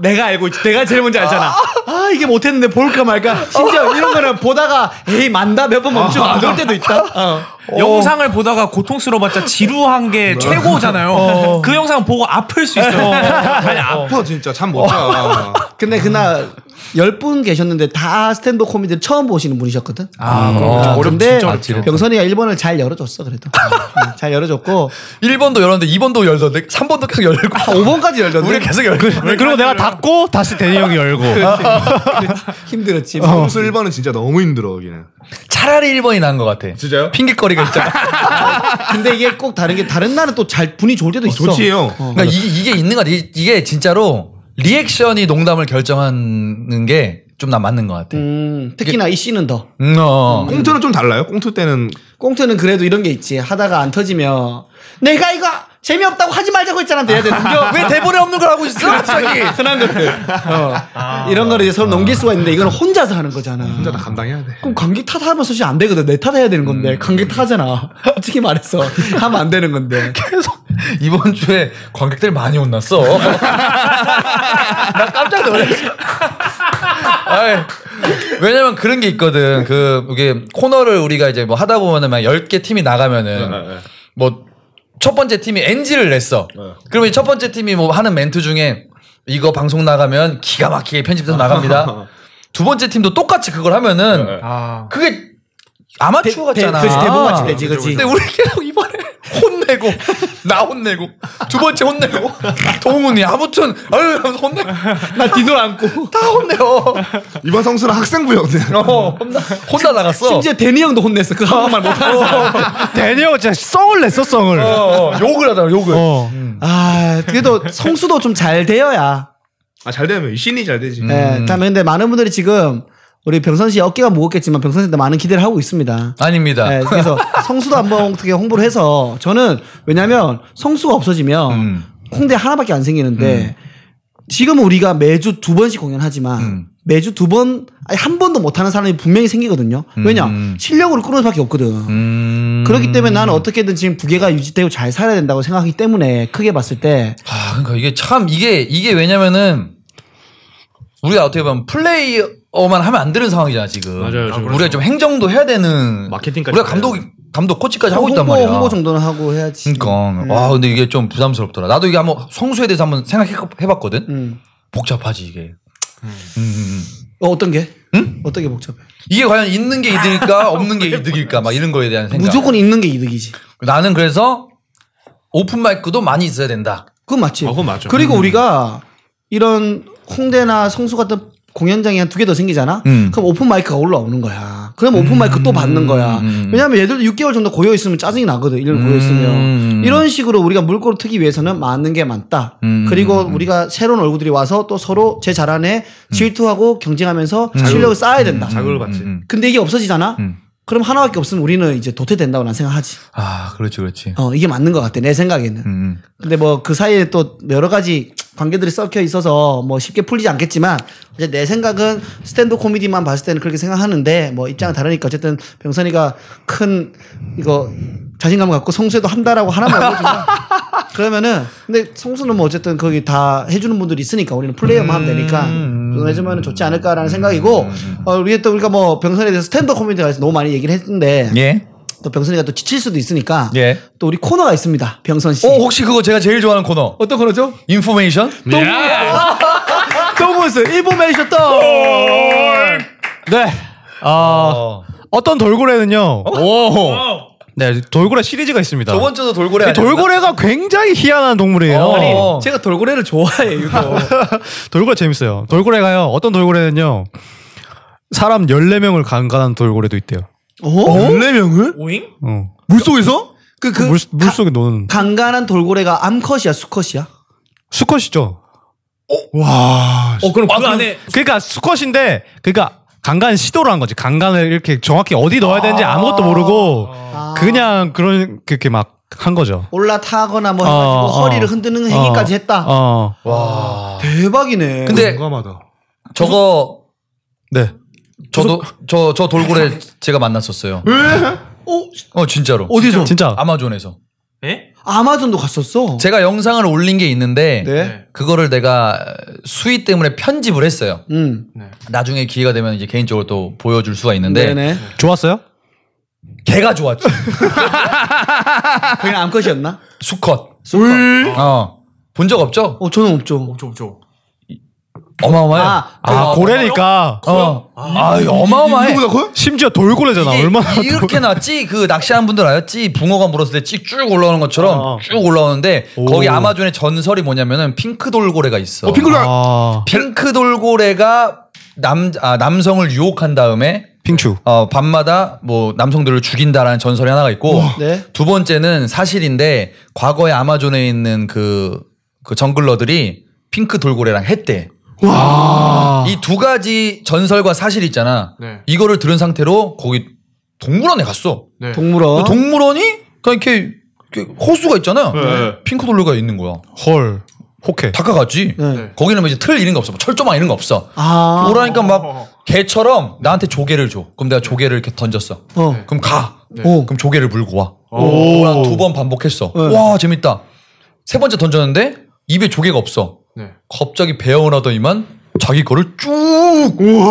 내가 알고 있지. 내가 제일 먼저 알잖아. 아 이게 못했는데 볼까 말까. 심지어 이런 거를 보다가 에이 만다 몇 번 멈추고 안 볼 때도 있다. 어.
영상을 보다가 고통스러워봤자 지루한 게 최고잖아요. 그 영상 보고 아플 수 있어요. 아니, 아-
아파, 진짜. 잠 못 자.
근데 그날 열 분 계셨는데 다 스탠드 코미디를 처음 보시는 분이셨거든.
아, 그럼
어,
어렵-
근데
진짜
어렵죠.
병선이가 1번을 잘 열어줬어 그래도 응, 잘 열어줬고
1번도 열었는데 2번도 열던데 3번도 계속 열고
5번까지 아, 열던데
우리 계속 열고
그리고 내가 닫고 다시 대니 형이 열고.
힘들었지 뭐.
점수 1번은 진짜 너무 힘들어, 여기는.
차라리 1번이 나은 것 같아.
진짜요?
핑계거리가 있잖아.
근데 이게 꼭 다른 게 다른 날은 또 잘 분이 좋을 때도 있어
좋지, 형.
그러니까 이, 게 있는 것 같아. 이- 이게 진짜로 리액션이 농담을 결정하는 게 좀 나 맞는 것 같아.
음, 특히나 이 씨는 더
음, 어.
꽁트는 좀 달라요? 꽁트 때는.
꽁트는 그래도 이런 게 있지 하다가 안 터지면 내가 이거 재미없다고 하지 말자고 했잖아 돼야 되는데
왜 대본에 없는 걸 하고 있어? 갑자기.
흔한 것들 어.
아.
이런 거를 이제 서로 넘길 수가 있는데 이건 혼자서 하는 거잖아
진짜 다 감당해야 돼.
그럼 관객 탓하면 사실 안 되거든 내 탓해야 되는 건데
음.
관객 탓하잖아 솔직히 말해서 하면 안 되는 건데
계속 이번 주에 관객들 많이 혼났어. 나 깜짝 놀랐어. 아이, 왜냐면 그런 게 있거든. 그 이게 코너를 우리가 이제 뭐 하다 보면은 막 10개 팀이 나가면은 뭐 첫 번째 팀이 NG를 냈어. 그러면 첫 번째 팀이 뭐 하는 멘트 중에 이거 방송 나가면 기가 막히게 편집돼서 나갑니다. 두 번째 팀도 똑같이 그걸 하면은
아.
그게 아마추어 같잖아.
그치, 대본같이 되지, 그치.
근데 우리 계속 이번에 혼내고 나 혼내고 두 번째 혼내고 동훈이 아무튼 아유 하면서 혼내고
나 뒤돌아 앉고
다 혼내요.
이번 성수는 학생부였네.
어, 혼나 혼나 나갔어.
심지어 데니 형도 혼냈어 그 한국말 못하는 사람
대니 형 진짜 썽을 냈어 썽을.
어, 어, 욕을 하더라 욕을.
어.
아 그래도 성수도 좀 잘 되어야
아, 잘 되면 신이 잘 되지.
예, 다음에 근데 많은 분들이 지금 우리 병선 씨 어깨가 무겁겠지만 병선 씨한테 많은 기대를 하고 있습니다.
아닙니다.
예, 그래서 성수도 한번 어떻게 홍보를 해서 저는 왜냐면 성수가 없어지면
음.
홍대 하나밖에 안 생기는데 지금 우리가 매주 두 번씩 공연하지만
음.
매주 두 번, 아니 한 번도 못하는 사람이 분명히 생기거든요. 왜냐?
음.
실력으로 끌어올 수밖에 없거든.
음.
그렇기 때문에 나는 어떻게든 지금 부계가 유지되고 잘 살아야 된다고 생각하기 때문에 크게 봤을 때
아, 그러니까 이게 참 이게 이게 왜냐면은 우리가 어떻게 보면 플레이어만 하면 안 되는 상황이잖아 지금.
맞아요, 지금.
우리가 좀 행정도 해야 되는.
마케팅까지
우리가
해야
감독 감독 코치까지 하고 있단
홍보,
말이야.
홍보 정도는 하고 해야지.
그러니까
음.
와 근데 이게 좀 부담스럽더라. 나도 이게 한번 성수에 대해서 한번 생각해봤거든.
음.
복잡하지 이게. 음, 음, 음.
어, 어떤 게? 어떤 게 복잡해?
이게 과연 있는 게 이득일까 없는 게 이득일까 막 이런 거에 대한 생각.
무조건 있는 게 이득이지.
나는 그래서 오픈 마이크도 많이 있어야 된다.
그건 맞지.
어, 그건 맞죠.
그리고 우리가 이런 홍대나 성수 같은 공연장이 한 두 개 더 생기잖아.
음.
그럼 오픈 마이크가 올라오는 거야. 그럼 오픈 마이크 또 받는 거야.
음.
왜냐하면 얘들도 6개월 정도 고여 있으면 짜증이 나거든. 1년 고여 있으면
음.
이런 식으로 우리가 물꼬를 트기 위해서는 많은 게 많다.
음.
그리고 우리가 새로운 얼굴들이 와서 또 서로 제 잘하네 질투하고 경쟁하면서 실력을 쌓아야 된다.
자극을 받지.
음, 음.
근데 이게 없어지잖아.
음.
그럼 하나밖에 없으면 우리는 이제 도태된다고 난 생각하지.
아 그렇지 그렇지.
어 이게 맞는 것 같아 내 생각에는.
음, 음.
근데 뭐 그 사이에 또 여러 가지 관계들이 섞여 있어서 뭐 쉽게 풀리지 않겠지만 이제 내 생각은 스탠드 코미디만 봤을 때는 그렇게 생각하는데 뭐 입장은 다르니까 어쨌든 병선이가 큰 이거 자신감 갖고 성수에도 한다라고 하나만 알려주면 그러면은 근데 성수는 뭐 어쨌든 거기 다 해주는 분들이 있으니까 우리는 플레이어만 하면 되니까
음,
그거 해주면 좋지 않을까라는 생각이고 어, 우리 또 우리가 뭐 병선에 대해서 스탠드 코미디가 너무 많이 얘기를 했는데
예.
또 병선이가 또 지칠 수도 있으니까
예.
또 우리 코너가 있습니다 병선 씨
어 혹시 그거 제가 제일 좋아하는 코너
어떤 코너죠?
인포메이션?
동문스 인포메이션 또
네. 아
어.
어떤 돌고래는요.
오.
네 돌고래 시리즈가 있습니다.
저번 주도 돌고래.
이
아니었나?
돌고래가 굉장히 희한한 동물이에요.
어.
아니,
그 제가 돌고래를 좋아해 유독
돌고래 재밌어요. 돌고래가요. 어떤 돌고래는요. 사람 14명을 강간한 돌고래도 있대요.
어?
14명을?
오잉?
어.
물속에서?
그, 그
물, 물속에 노는
강간한 돌고래가 암컷이야 수컷이야?
수컷이죠.
아,
어 그럼 그 안에
그러니까 수컷인데 그러니까 강간 시도를 한 거지. 강간을 이렇게 정확히 어디 넣어야 되는지 아무것도 모르고 그냥 그런 그렇게 막 한 거죠.
올라타거나 뭐 해가지고
어, 어.
허리를 흔드는 행위까지
어,
했다
어.
와.
대박이네
근데
공감하다.
저거
네.
저도 저 저 돌고래 제가 만났었어요.
어?
어 진짜로.
어디서?
진짜
아마존에서.
예?
네? 아마존도 갔었어.
제가 영상을 올린 게 있는데
네.
그거를 내가 수위 때문에 편집을 했어요.
음.
나중에 기회가 되면 이제 개인적으로 또 보여줄 수가 있는데
네네.
좋았어요?
걔가 좋았죠.
그냥 암컷이었나?
수컷.
울.
어. 본 적 없죠?
어, 저는 없죠.
없죠 없죠.
어마어마해요.
아,
아, 고래니까
어. 아, 어마어마해.
누구보다 커요?
심지어 돌고래잖아.
이게
얼마나
이렇게 나찌 그 낚시하는 분들 알았지 붕어가 물었을 때 쭉 쭉 올라오는 것처럼
어.
쭉 올라오는데 거기 아마존의 전설이 뭐냐면은 핑크 돌고래가 있어.
어, 핑클라
아,
핑크 돌고래가 남 아, 남성을 유혹한 다음에
핑추.
어, 밤마다 뭐 남성들을 죽인다라는 전설이 하나가 있고
네.
두 번째는 사실인데 과거에 아마존에 있는 그, 그 정글러들이 핑크 돌고래랑 했대. 이 두 가지 전설과 사실 있잖아.
네.
이거를 들은 상태로 거기 동물원에 갔어. 그
네.
동물원.
동물원이 그냥 이렇게, 이렇게 호수가 있잖아.
네.
핑크 돌고래가 있는 거야.
헐. 혹해.
닦아갔지.
네.
거기는 뭐 이제 틀 이런 거 없어. 뭐 철조망 이런 거 없어.
아.
오라니까 막 개처럼 나한테 조개를 줘. 그럼 내가 조개를 이렇게 던졌어.
어.
그럼 가.
오.
그럼 조개를 물고 와. 두 번 반복했어. 와 재밌다. 세 번째 던졌는데 입에 조개가 없어.
네.
갑자기 배어나더니만 자기 거를 쭉.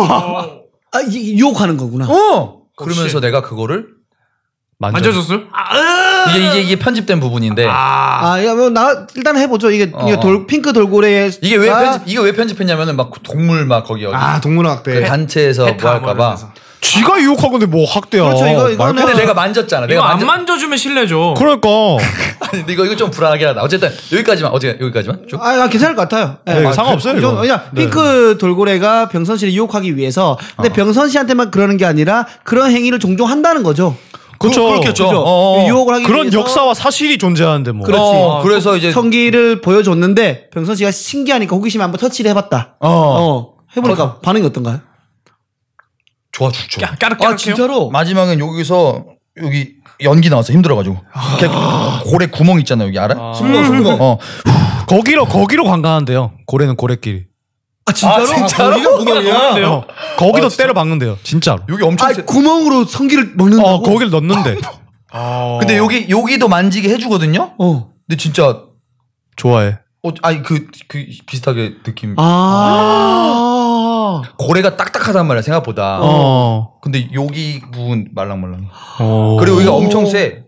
아, 이- 유혹하는 거구나.
어. 그러면서 내가 그거를
만져.
만져줬어요? 아,
이게 이게, 이게 편집된 부분인데
아, 야, 뭐, 나, 일단 해보죠. 이게, 이게
어.
돌, 핑크 돌고래.
이게 왜 편집 이게 왜 편집했냐면은 막 동물 막 거기 어디
아 동물원 학대
그 단체에서
페타
뭐 할까봐.
말하면서.
쥐가 유혹하고 근데 뭐 학대야.
그렇죠, 이거- 이거는-
말도-
근데 내가 만졌잖아.
이거
내가
안
만졌.
만져주면 실례죠.
어.
그러니까.
근데 이거 이거 좀 불안하게 하다. 어쨌든 여기까지만 어제 여기까지만. 쭉.
아, 아, 괜찮을 것 같아요. 예.
네, 상관없어요,
이 정도-
이거.
왜냐, 핑크 돌고래가 병선 씨를 유혹하기 위해서. 근데 병선 씨한테만 그러는 게 아니라 그런 행위를 종종 한다는 거죠.
그렇죠.
그렇겠죠.
그죠?
어, 어.
유혹을 하기
그런
위해서. 그렇죠.
역사와 사실이 존재하는데 뭐.
그렇지.
어, 그래서
네.
이제
성기를 보여줬는데 병선 씨가 신기하니까 호기심에 한번 터치를 해봤다.
어.
어, 해보니까 반응이 어떤가요?
좋아 죽죠.
까- 까르까르해요?
아, 진짜로. 마지막엔 여기서 여기 연기 나왔어 힘들어가지고 이렇게 고래 구멍 있잖아 여기 알아? 숨구멍 숨구멍. 어.
거기로 거기로 관광한대요. 고래는 고래끼리.
아 진짜로? 네.
거기가 구멍이야?
어, 거기도 때려 박는데요. 진짜로.
여기 엄청.
아
세-
구멍으로 성기를 먹는다고?
어, 거기를 넣는데.
근데 여기 여기도 만지게 해주거든요.
어.
근데 진짜
좋아해.
어 아니 그그 비슷하게 느낌.
아.
고래가 딱딱하단 말이야 생각보다.
어.
근데 여기 부분 말랑말랑.
어.
그리고 여기가 엄청 세.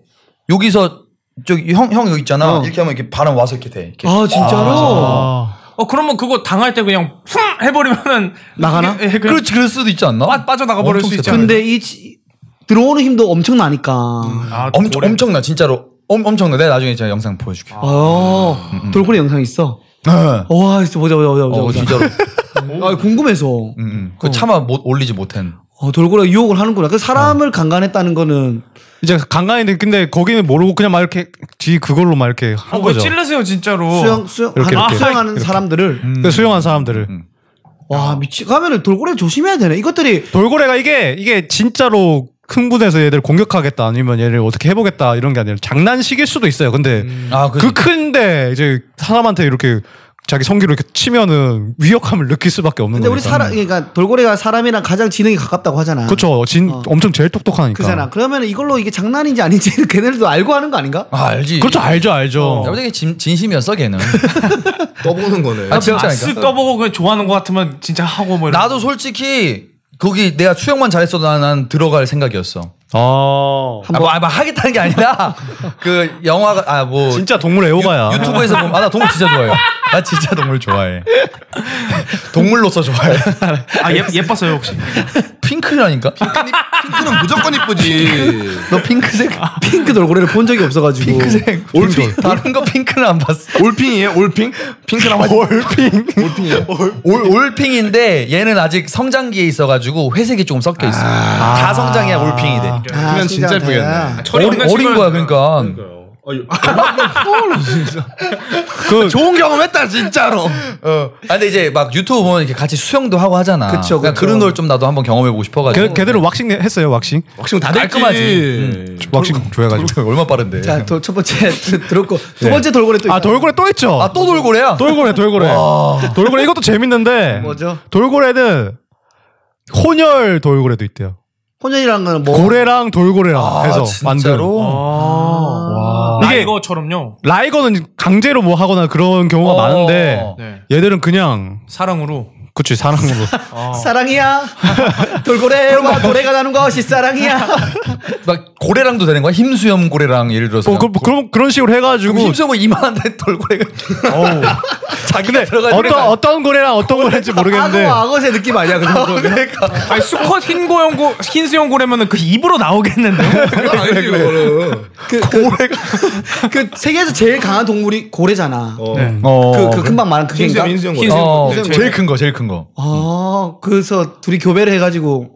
여기서 저기 형 형 여기 있잖아. 이렇게 하면 이렇게 바람 와서 이렇게 돼. 이렇게.
아 진짜로?
아.
어 그러면 그거 당할 때 그냥 훅 해버리면은
나가나?
예, 그냥
그렇지 그럴 수도 있지 않나?
빠- 빠져나가 버릴
엄청
수 있지
세다.
근데 이 지- 들어오는 힘도 엄청나니까.
음.
아,
엄,
고래.
엄청나 진짜로 엄, 엄청나 내가 나중에 제가 영상 보여줄게
어. 돌고래 영상 있어.
네.
와, 있어. 보자, 보자, 보자. 보자.
어 진짜로
아, 궁금해서.
음, 음. 그 차마 못 올리지 못한
어, 돌고래 유혹을 하는구나. 그 사람을 강간했다는 거는
이제 강간인데 근데 거기는 모르고 그냥 막 이렇게 뒤 그걸로 막 이렇게 한
어, 왜
거죠.
찔르세요 진짜로?
수영, 수영,
이렇게,
아,
이렇게.
수영하는 사람들을.
그 수용한 사람들을.
와, 미치. 가면은 돌고래 조심해야 되네. 이것들이
돌고래가 이게 이게 진짜로 흥분해서 얘들 공격하겠다 아니면 얘를 어떻게 해보겠다 이런 게 아니라 장난식일 수도 있어요. 근데
아, 그치.
그 큰데 이제 사람한테 이렇게 자기 성기로 이렇게 치면은 위협감을 느낄 수밖에 없는
근데
거니까. 음.
우리 사람 그러니까 돌고래가 사람이랑 가장 지능이 가깝다고 하잖아.
그렇죠. 진 엄청 제일 똑똑하니까.
어. 그잖아. 그러면 이걸로 이게 장난인지 아닌지 걔네들도 알고 하는 거 아닌가?
아 알지
그렇죠. 알죠. 알죠.
갑자기 진, 진심이었어 걔는
떠보는 거네
아 진짜니까
아스 꺼보고 그냥 좋아하는 것 같으면 진짜 하고 뭐 이런.
나도 솔직히 거기 내가 수영만 잘했어도 난, 난 들어갈 생각이었어
아
아, 뭐, 아, 뭐 하겠다는 게 아니라 그 영화가 아뭐
진짜 동물 애호가야.
유튜브에서 보면 아나 동물 진짜 좋아해요 나 진짜 동물 좋아해 동물로서 좋아해
아 예, 예뻤어요 혹시?
핑크라니까
핑크는 무조건 이쁘지
너 핑크색
핑크 돌고래를 본 적이 없어가지고.
핑크색
올핑.
다른 거 핑크는 안 봤어
올핑이에요 올핑? 핑크랑 올핑 올핑이에요
올, 올핑인데 얘는 아직 성장기에 있어가지고 회색이 조금 섞여 있어. 다 성장해야 올핑이 돼.
아,
그냥 진짜
신기하다.
예쁘겠네.
철이
어린,
없는
어린
친구야.
거야 그러니까.
좋은 경험했다 진짜로
어. 아, 근데 이제 막 유튜브 보면 이렇게 같이 수영도 하고 하잖아.
그쵸,
그러니까
그쵸.
그런 걸 좀 나도 한번 경험해보고 싶어가지고.
걔, 걔들은 왁싱 했어요. 왁싱.
확실히 다
깔끔하지.
네. 왁싱 좋아해가지고.
얼마 빠른데.
자, 도- 첫 번째 들었고 두 번째 돌고래 또.
아
있다.
돌고래 또 있죠.
아 또 돌고래야?
돌고래 돌고래 돌고래 이것도 재밌는데
뭐죠?
돌고래는 혼혈 돌고래도 있대요.
혼연이라는 거는 뭐
고래랑 돌고래랑
아,
해서 만든
어.
아, 이게 이거처럼요.
라이거는 강제로 뭐 하거나 그런 경우가
어.
많은데
네.
얘들은 그냥
사랑으로.
그치 사랑으로
어,
사랑이야 돌고래와 고래가 나눈 것이 사랑이야
막 고래랑도 되는 거야? 힘수염 고래랑 예를 들어서.
어, 그, 뭐 그런 그런 식으로 해가지고
힘수염은 이만한데 돌고래가. 자기가 들어가.
어떤 어떤 고래랑 어떤 고래인지 모르겠는데
악어 악어새 느낌 아니야 그 정도는
아니 수컷 흰 고형 고 흰수염 고래면은 그 입으로 나오겠는데.
네.
그, 그, 그 세계에서 제일 강한 동물이 고래잖아
어.
그, 그 금방 말한 그게인가
인수형 인수형
흰수염.
어,
네,
제일 큰 거, 제일 큰 거.
아 그래서 둘이 교배를 해가지고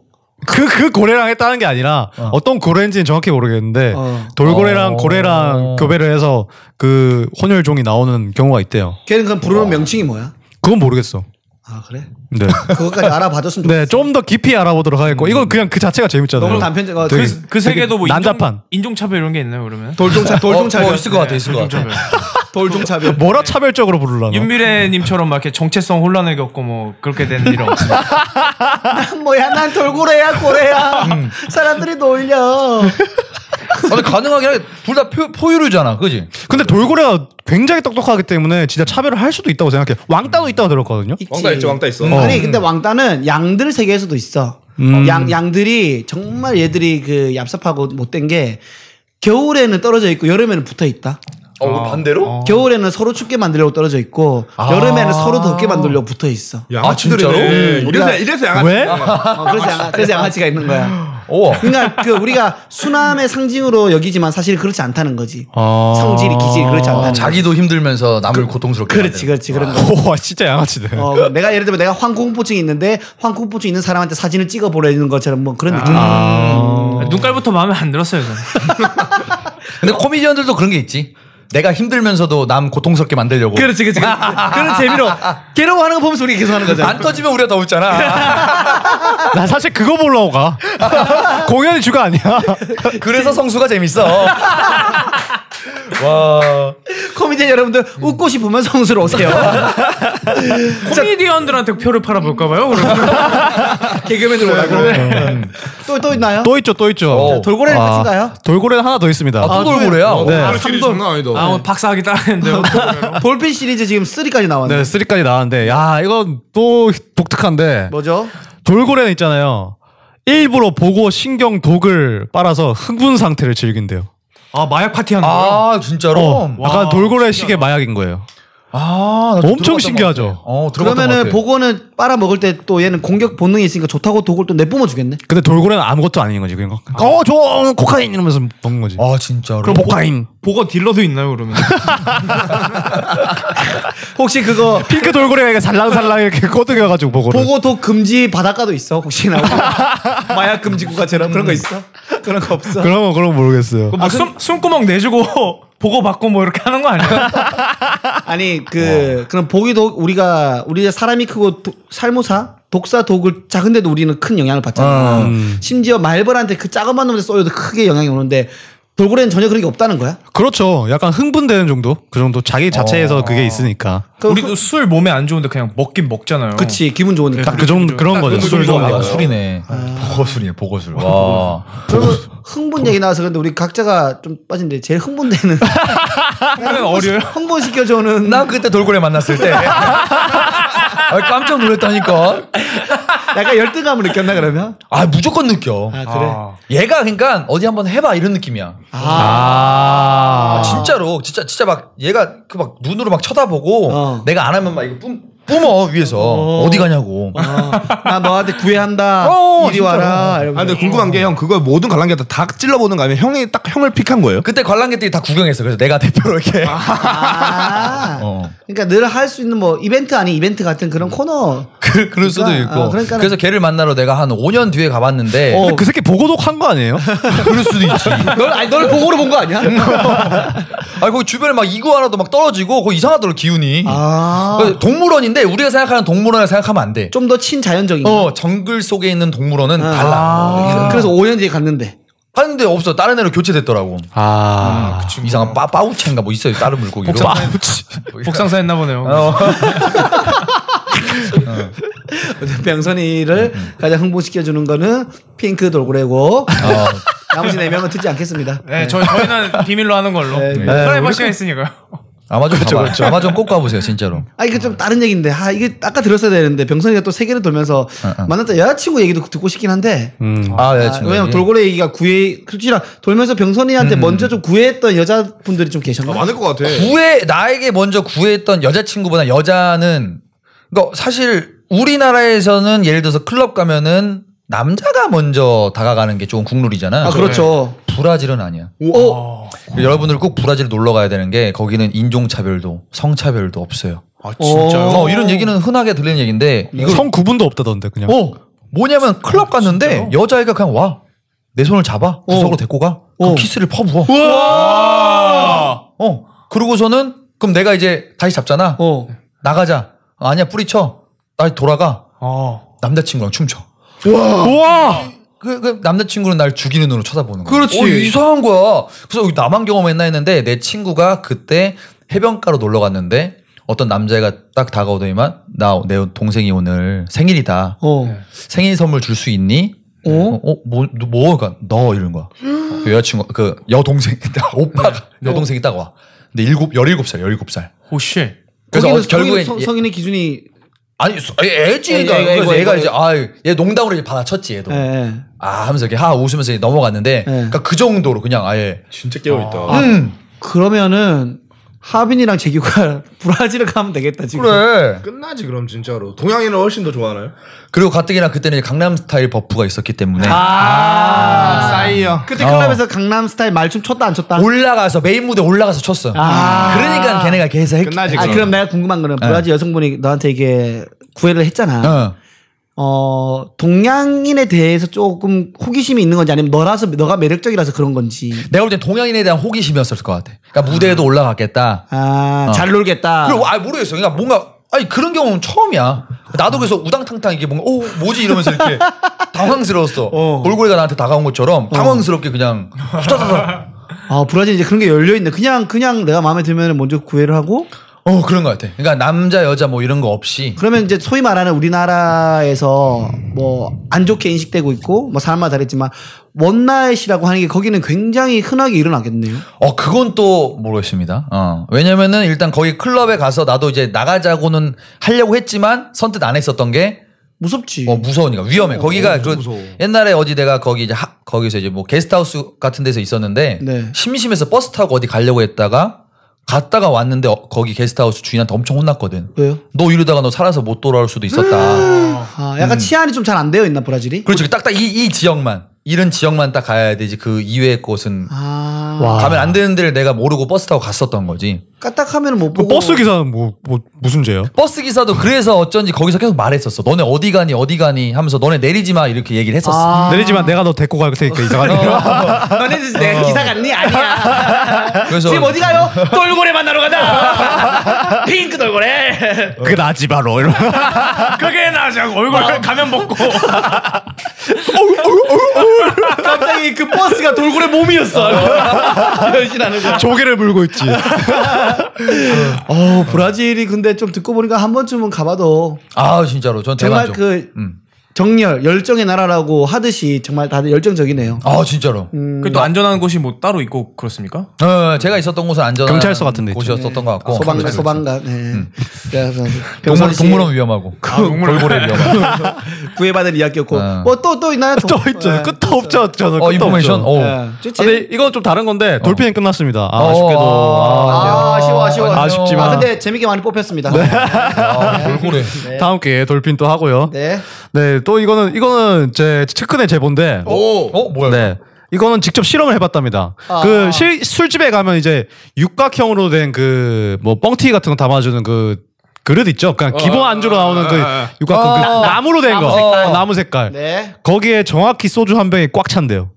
그, 그 고래랑 했다는 게 아니라 어. 떤 고래인지는 정확히 모르겠는데
어.
돌고래랑
어.
고래랑 교배를 해서 그 혼혈종이 나오는 경우가 있대요.
걔는 그럼 부르는 명칭이 뭐야
그건 모르겠어.
아 그래
네.
그것까지 알아봐줬으면 좋겠어
네, 좀 더 깊이 알아보도록 하겠고 이건 그냥 그 자체가 재밌잖아요.
너무 단편적 어,
되게-
그,
그 세계도 뭐
난잡한.
인종, 차별 이런 게 있나요 그러면? 네,
돌종차 돌종차별
어, 어, 있을 것 같아, 있을 것 같아.
인종차별.
어? 돌종차별
뭐라 차별적으로 부르려나?
윤미래님처럼 막 이렇게 정체성 혼란을 겪고 뭐 그렇게 되는 일은 없습니다.
난 뭐야 난 돌고래야 고래야 사람들이 놀려
아, 근데 가능하긴 하 둘다 포유류잖아, 그지?
근데 돌고래가 굉장히 똑똑하기 때문에 진짜 차별을 할 수도 있다고 생각해. 왕따도 있다고 들었거든요.
있지.
왕따 있지, 왕따 있어.
음, 아니 근데 왕따는 양들 세계에서도 있어. 양 양들이 정말 얘들이 그 얍삽하고 못된 게 겨울에는 떨어져 있고 여름에는 붙어 있다.
어, 반대로?
겨울에는 서로 춥게 만들려고 떨어져 있고 여름에는 서로 덥게 만들려고 붙어 있어.
아, 진짜로?
음, 양아치들이네.
우리가-
예, 이래서 이래서 양아치.
왜?
어, 그래서, 양아, 그래서 양아치가 있는 거야.
우와.
그러니까 그 우리가 수남의 상징으로 여기지만 사실 그렇지 않다는 거지.
아.
성질이 기질이 그렇지 않다는 거지.
아, 자기도 아, 힘들면서 남을 고통스럽게.
어. 그렇지
만드는.
그렇지 그런 거.
와 진짜 양아치네.
어, 내가 예를 들면 내가 황공포증이 있는데 황공포증 있는 사람한테 사진을 찍어 보내는 것처럼 뭐 그런 느낌.
눈깔부터 마음에 안 들었어요 저는.
근데 코미디언들도 그런 게 있지. 내가 힘들면서도 남 고통스럽게 만들려고.
그렇지, 그렇지. 그런 재미로 괴로워하는 거 보면서 우리 계속 하는 거잖아.
안 터지면 우리가 더 웃잖아.
나 사실 그거 보려고 가. 공연이 주가 아니야.
그래서 성수가 재밌어. 아, 와.
코미디언 여러분들 웃고 싶으면 성수로 오세요.
코미디언들한테 표를 팔아볼까봐요. 그러면 네,
개그맨들 오라고. 또, 또 있나요?
또 있죠, 또 있죠.
오.
돌고래는 끝인가요?
돌고래는 하나 더 있습니다.
어. 아, 또 돌고래야?
네.
아, 시리즈 장난 아니다. 어.
아 오늘 박사하기 따라했는데요.
돌핀 시리즈 지금 3까지 나왔네.
네, 3까지 나왔는데, 야, 이건 또 독특한데,
뭐죠?
돌고래는 있잖아요. 일부러 보고 신경 독을 빨아서 흥분 상태를 즐긴대요.
아 마약 파티하는 거요.
아, 진짜로?
어,
와.
약간 돌고래식의 마약인 거예요.
아, 나
엄청
들어봤던
신기하죠.
것 같아. 어, 들어봤던
그러면은
것 같아.
보고는 빨아 먹을 때 또 얘는 공격 본능이 있으니까 좋다고 독을 또 내뿜어 주겠네.
근데 돌고래는 아무것도 아닌 거지, 그냥. 어, 저 오늘 코카인 이러면서 먹는 거지. 뭐,
아, 진짜로.
그럼 코카인.
보건 딜러도 있나요 그러면?
혹시 그거
핑크 돌고래가 살랑살랑 이렇게 꼬드겨가지고 보고를.
보고 독 금지 바닷가도 있어? 혹시 나 마약 금지 국가처럼 그런 거 있어? 아, 그런 거 없어?
그러면, 그럼 모르겠어요.
뭐 숨, 숨구멍 내주고 보고 받고 뭐 이렇게 하는 거 아니야?
아니 그 그럼 보기도 우리가 우리 사람이 크고 도- 살모사 독사 독을 작은데도 우리는 큰 영향을 받잖아. 음. 심지어 말벌한테 그 작은 놈한테 쏘여도 크게 영향이 오는데 돌고래는 전혀 그런 게 없다는 거야.
그렇죠. 약간 흥분되는 정도? 그 정도? 자기 자체에서 그게 있으니까.
그,
우리도 술 몸에 안 좋은데 그냥 먹긴 먹잖아요.
어. 네, 그치 기분
네,
좋으니까.
딱 그 정도, 그런 거죠.
술도
술도.
아, 술이네. 보거술이네, 보거술. 와.
그러면 흥분 얘기 나와서 근데 우리 각자가 좀 빠진데 제일 흥분되는
그러면 어려요.
흥분 시켜주는
난 그때 돌고래 만났을 때. 아, 깜짝 놀랐다니까.
약간 열등감을 느꼈나 그러면?
아, 무조건 느껴.
아 그래.
얘가 그러니까 어디 한번 해봐 이런 느낌이야.
아.
아, 진짜로 진짜 진짜 막 얘가 그 막 눈으로 막 쳐다보고
어.
내가 안 하면 막 이거 뿜 뿜어 위에서 어. 디 가냐고.
나 너한테 구애한다.
어,
이리
진짜로.
와라.
아,
이러면서.
근데 궁금한 게 형 그거 모든 관람객 다 찔러보는 거 아니면 형이 딱 형을 픽한 거예요?
그때 관람객들이 다 구경했어. 그래서 내가 대표로 이렇게.
아.
어.
그러니까 늘 할 수 있는 뭐 이벤트 아닌 이벤트 같은 그런 코너.
그, 럴 수도
그러니까,
있고.
아, 그러니까는-
그래서 걔를 만나러 내가 한 5년 뒤에 가봤는데.
근데 그 새끼 보고독 한 거 아니에요?
어. 그럴 수도 있지.
널, 아니, 널 보고로 본 거 아니야?
아 거기 주변에 막 이거 하나도 막 떨어지고 거기 이상하더라 기운이.
아.
그래서 동물원인데 우리가 생각하는 동물원을 생각하면 안 돼.
좀 더 친자연적인. 거.
어 정글 속에 있는 동물원은 달라.
아. 그래서 5년 뒤에 갔는데.
갔는데 없어. 다른 애로 교체됐더라고.
아.
이상한 빠, 빠우치인가 뭐 있어요. 다른 물고기로.
복상사 했나 보네요.
어.
어쨌든 병선이를 가장 흥분시켜주는 거는 핑크 돌고래고 나머지 네 명은 듣지 않겠습니다.
네, 저, 저희는 비밀로 하는 걸로.
네, 네.
프라이버시가 있으니까요.
아마존 가봐. 아마존 꼭 가보세요, 진짜로.
아 이거 좀 다른 얘기인데 아 이게 아까 들었어야 되는데 병선이가 또 세계를 돌면서 만났던 여자친구 얘기도 듣고 싶긴 한데
어, 아, 예,
아,
친구. 음.
왜냐면 돌고래 얘기가 구애 솔직히 돌면서 병선이한테 먼저 좀 구애했던 여자분들이 좀 계셨나?
많을 것 같아.
구애 나에게 먼저 구애했던 여자친구보다 여자는 그러니까 사실 우리나라에서는 예를 들어서 클럽 가면은 남자가 먼저 다가가는 게 조금 국룰이잖아.
아 그렇죠.
브라질은 아니야.
어
그리고 여러분들 꼭 브라질 놀러 가야 되는 게 거기는 인종차별도 성차별도 없어요.
아,
진짜요?
어, 이런 얘기는 흔하게 들리는 얘기인데 이걸
성 구분도 없다던데 그냥.
어 뭐냐면 클럽 갔는데 여자애가 그냥 와 내 손을 잡아 구석으로 데리고 가 그럼
어.
키스를 퍼부어
와!
어 그러고서는 그럼 내가 이제 다시 잡잖아
어.
나가자 아, 아니야 뿌리쳐 다시 돌아가
어.
남자친구랑 춤춰
우와.
그, 그 남자친구는 날 죽이는 눈으로 쳐다보는 거야
그렇지.
어, 이상한 거야 그래서 여기 나만 경험했나 했는데 내 친구가 그때 해변가로 놀러 갔는데 어떤 남자애가 딱 다가오더니만 나 내 동생이 오늘 생일이다
어.
생일 선물 줄 수 있니?
어?
어, 어, 뭐, 너 뭐, 그러니까 너 이런 거야. 그 여자친구, 그 여동생,
네.
오빠가 여동생이 딱 와. 근데 일곱, 열일곱 살, 열일곱 살.
오, 씨.
그래서
거기는
어, 결국엔
성인, 예,
얘-
성인의 기준이
아니 소- 애- 애지가 그러니까
애- 애-
그래서
애고,
얘가
애고,
이제 아얘 농담으로 이제 받아쳤지 얘도.
예, 예.
아 하면서 이렇게 하 웃으면서 이제 넘어갔는데 그러니까 그 정도로 그냥 아예
진짜 깨어있다.
음
그러면은 하빈이랑 재규가 브라질을 가면 되겠다 지금.
그래
끝나지 그럼 진짜로. 동양인을 훨씬 더 좋아하나요?
그리고 가뜩이나 그때는 이제 강남 스타일 버프가 있었기 때문에
아,
싸이요.
어.
그때 클럽에서 강남 스타일 말춤 췄다 안
아,
췄다.
올라가서 메인 무대 올라가서 쳤어
아.
그러니까 걔네가 계속 했
끝나지
아 그럼 내가 궁금한 거는 브라질 여성분이 너한테 이게 구애를 했잖아.
예. 어.
어 동양인에 대해서 조금 호기심이 있는 건지 아니면 너라서 너가 매력적이라서 그런 건지.
내가 볼 땐 동양인에 대한 호기심이었을 것 같아 그러니까 무대에도 올라갔겠다
아잘 놀겠다.
그리고 아 모르겠어. 그러니까 뭔가 아니 그런 경우는 처음이야. 나도 그래서 우당탕탕 이게 뭔가 오 뭐지 이러면서 이렇게 당황스러웠어. 어. 돌고래가 나한테 다가온 것처럼 당황스럽게 그냥 후다다다.
아 브라질 이제 그런 게 열려 있네. 그냥 그냥 내가 마음에 들면 먼저 구애를 하고
어 그런 것 같아. 그러니까 남자 여자 뭐 이런 거 없이
그러면 이제 소위 말하는 우리나라에서 뭐 안 좋게 인식되고 있고 뭐 사람마다 다르지만 원나잇이라고 하는 게 거기는 굉장히 흔하게 일어나겠네요.
어 그건 또 모르겠습니다. 어 왜냐면은 일단 거기 클럽에 가서 나도 이제 나가자고는 하려고 했지만 선뜻 안 했었던 게
무섭지.
어 무서우니까 위험해. 거기가 그 옛날에 어디 내가 거기 이제 하- 거기서 이제 뭐 게스트하우스 같은 데서 있었는데
네.
심심해서 버스 타고 어디 가려고 했다가 갔다가 왔는데 어- 거기 게스트하우스 주인한테 엄청 혼났거든.
왜요?
너 이러다가 너 살아서 못 돌아올 수도 있었다.
아, 약간 치안이 좀 잘 안 되어 있나 브라질이?
그렇지. 딱딱 이 이 지역만 이런 지역만 딱 가야 되지. 그 이외의 곳은
아
와.
가면 안 되는 데를 내가 모르고 버스 타고 갔었던 거지.
까딱하면 못
그
보고.
어.
버스 기사는 뭐, 뭐 무슨 죄요?
버스
음.
기사도 그래서 어쩐지 거기서 계속 말했었어. 너네 어디 가니 어디 가니 하면서 너네 내리지 마 이렇게 얘기를 했었어.
아.
내리지만 내가 너 데리고 갈 테니까 이상하네.
어.
너네들 내가 기사 갔니? 아니야.
그래서
지금 어디 가요?
돌고래 만나러 가자! 핑크 돌고래!
그게 나지 바로 이런.
그게 나자고 얼굴 가면 벗고.
갑자기 그 버스가 돌고래 몸이었어.
조개를 물고 있지.
어 브라질이 근데 좀 듣고 보니까 한 번쯤은 가봐도
아 진짜로 전
정말
대만족.
그
음.
정열 열정의 나라라고 하듯이 정말 다들 열정적이네요.
아 진짜로.
음.
음. 그또 안전한 곳이 뭐 따로 있고 그렇습니까?
어, 제가 있었던 곳은 안전한
경찰서 같은 데 있죠.
곳이었었던 것 같고
아,
그렇죠.
소방관, 소방관. 네. 그래서
음. 동물,
병선 씨 아,
동물원 위험하고 돌고래 위험하고
구해받은 이야기였고
네.
뭐 또 또 있나요?
또 있죠. 끝도 없죠. 저는
어
끝도
인포메이션
없죠.
어.
네. 제- 제-
근데 이건 좀 다른 건데 돌핀은 끝났습니다. 아, 쉽게도
아, 아쉬워, 아쉬워.
아니요. 네.
아쉽지만.
아, 근데 재밌게 많이 뽑혔습니다.
아, 돌고래
다음 기회에 돌핀 또 하고요.
네.
네, 또 이거는 이거는 제 최근의 제보인데.
어 뭐야
네. 이거는 직접 실험을 해봤답니다. 그 실, 술집에 가면 이제 육각형으로 된 그 뭐 뻥튀기 같은 거 담아주는 그 그릇 있죠. 그냥 기본 안주로 나오는 그 육각형
어.
그 나무로 된 거.
나무 색깔.
어, 나무 색깔.
네.
거기에 정확히 소주 한 병이 꽉 찬대요.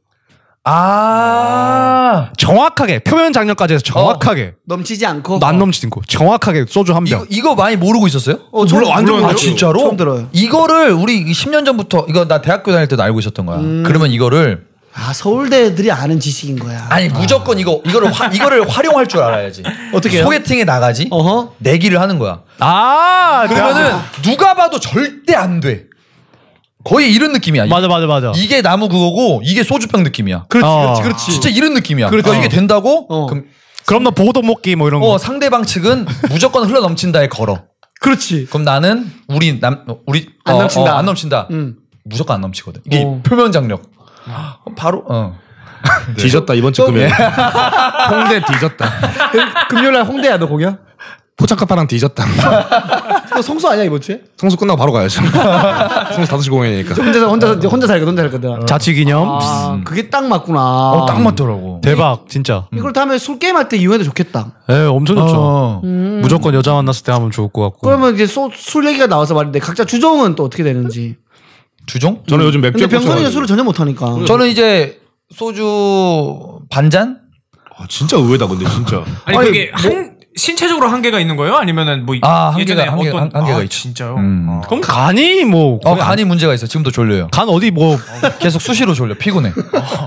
아
정확하게 표면 장면까지 해서 정확하게
넘치지 않고.
안 넘치는 거. 정확하게 소주 한 병.
이거, 이거 많이 모르고 있었어요?
어, 저는
몰라, 완전
몰라요.
아 진짜로?
처음 들어요. 음.
이거를 우리 10년 전부터 이거 나 대학교 다닐 때도 알고 있었던 거야 그러면 이거를
아 서울대들이 아는 지식인 거야.
아니 무조건 이거 이거를 화, 이거를 활용할 줄 알아야지.
어떻게 해요?
소개팅에 나가지?
어허.
내기를 하는 거야.
아
그러면은 누가 봐도 절대 안 돼. 거의 이런 느낌이야.
맞아 맞아 맞아.
이게 나무 그거고 이게 소주병 느낌이야.
그렇지,
아.
어.
그렇지, 그렇지.
진짜 이런 느낌이야.
그렇죠.
아, 이게 된다고?
어.
그럼
그럼 너 보도 먹기 뭐 이런 거.
어, 상대방 측은 무조건 흘러 넘친다에 걸어.
그렇지.
그럼 나는 우리 남 어, 우리
안
어,
넘친다.
어, 안 넘친다.
음.
무조건 안 넘치거든. 이게
어.
표면 장력.
아.
바로 어. 네.
뒤졌다 이번 주
또-
금요일. 홍대 뒤졌다.
금요일날 홍대야 너 공연?
포착카파랑 뒤졌다.
너 성수 아니야 이번 주에?
성수 끝나고 바로 가야죠. 성수 5시 공연이니까.
혼자서 혼자
네.
혼자 살거든 혼자
어.
살거든.
자치기념. 아.
아, 그게 딱 맞구나.
어, 딱 맞더라고.
대박 진짜.
이걸 다음에 술 게임 할 때 이용해도 좋겠다.
에 엄청 좋죠.
어.
무조건 여자 만났을 때 하면 좋을 것 같고.
그러면 이제 소, 술 얘기가 나와서 말인데 각자 주종은 또 어떻게 되는지.
주종?
저는 요즘 맥주
근데 병선이는 술을 전혀 못하니까.
저는 이제 소주 반잔?
아, 진짜 의외다 근데 진짜.
아니, 그게 한, 신체적으로 한계가 있는 거예요? 아니면은 뭐
아, 한계가-
예전에
한계-
어떤
한- 한계가
아,
있죠.
진짜요?
음.
아.
그럼 간이 뭐.
어, 간이 문제가 있어. 지금도 졸려요.
간 어디 뭐.
계속 수시로 졸려. 피곤해.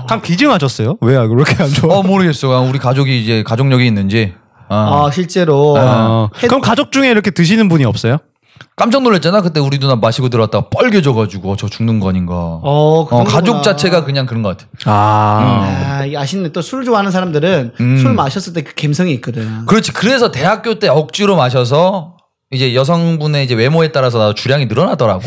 간 기증하셨어요? 왜 그렇게 안 좋아?
어 모르겠어. 아, 우리 가족이 이제 가족력이 있는지. 아,
아 실제로
어.
해-
그럼 가족 중에 이렇게 드시는 분이 없어요?
깜짝 놀랐잖아. 그때 우리 누나 마시고 들어왔다가 뻘개져가지고 어, 저 죽는 거 아닌가. 어,
어, 그 정도구나.
가족 자체가 그냥 그런 것 같아.
아.
아, 이 아쉽네. 또 술 좋아하는 사람들은 술 마셨을 때 그 감성이 있거든.
그렇지. 그래서 대학교 때 억지로 마셔서 이제 여성분의 이제 외모에 따라서 나도 주량이 늘어나더라고.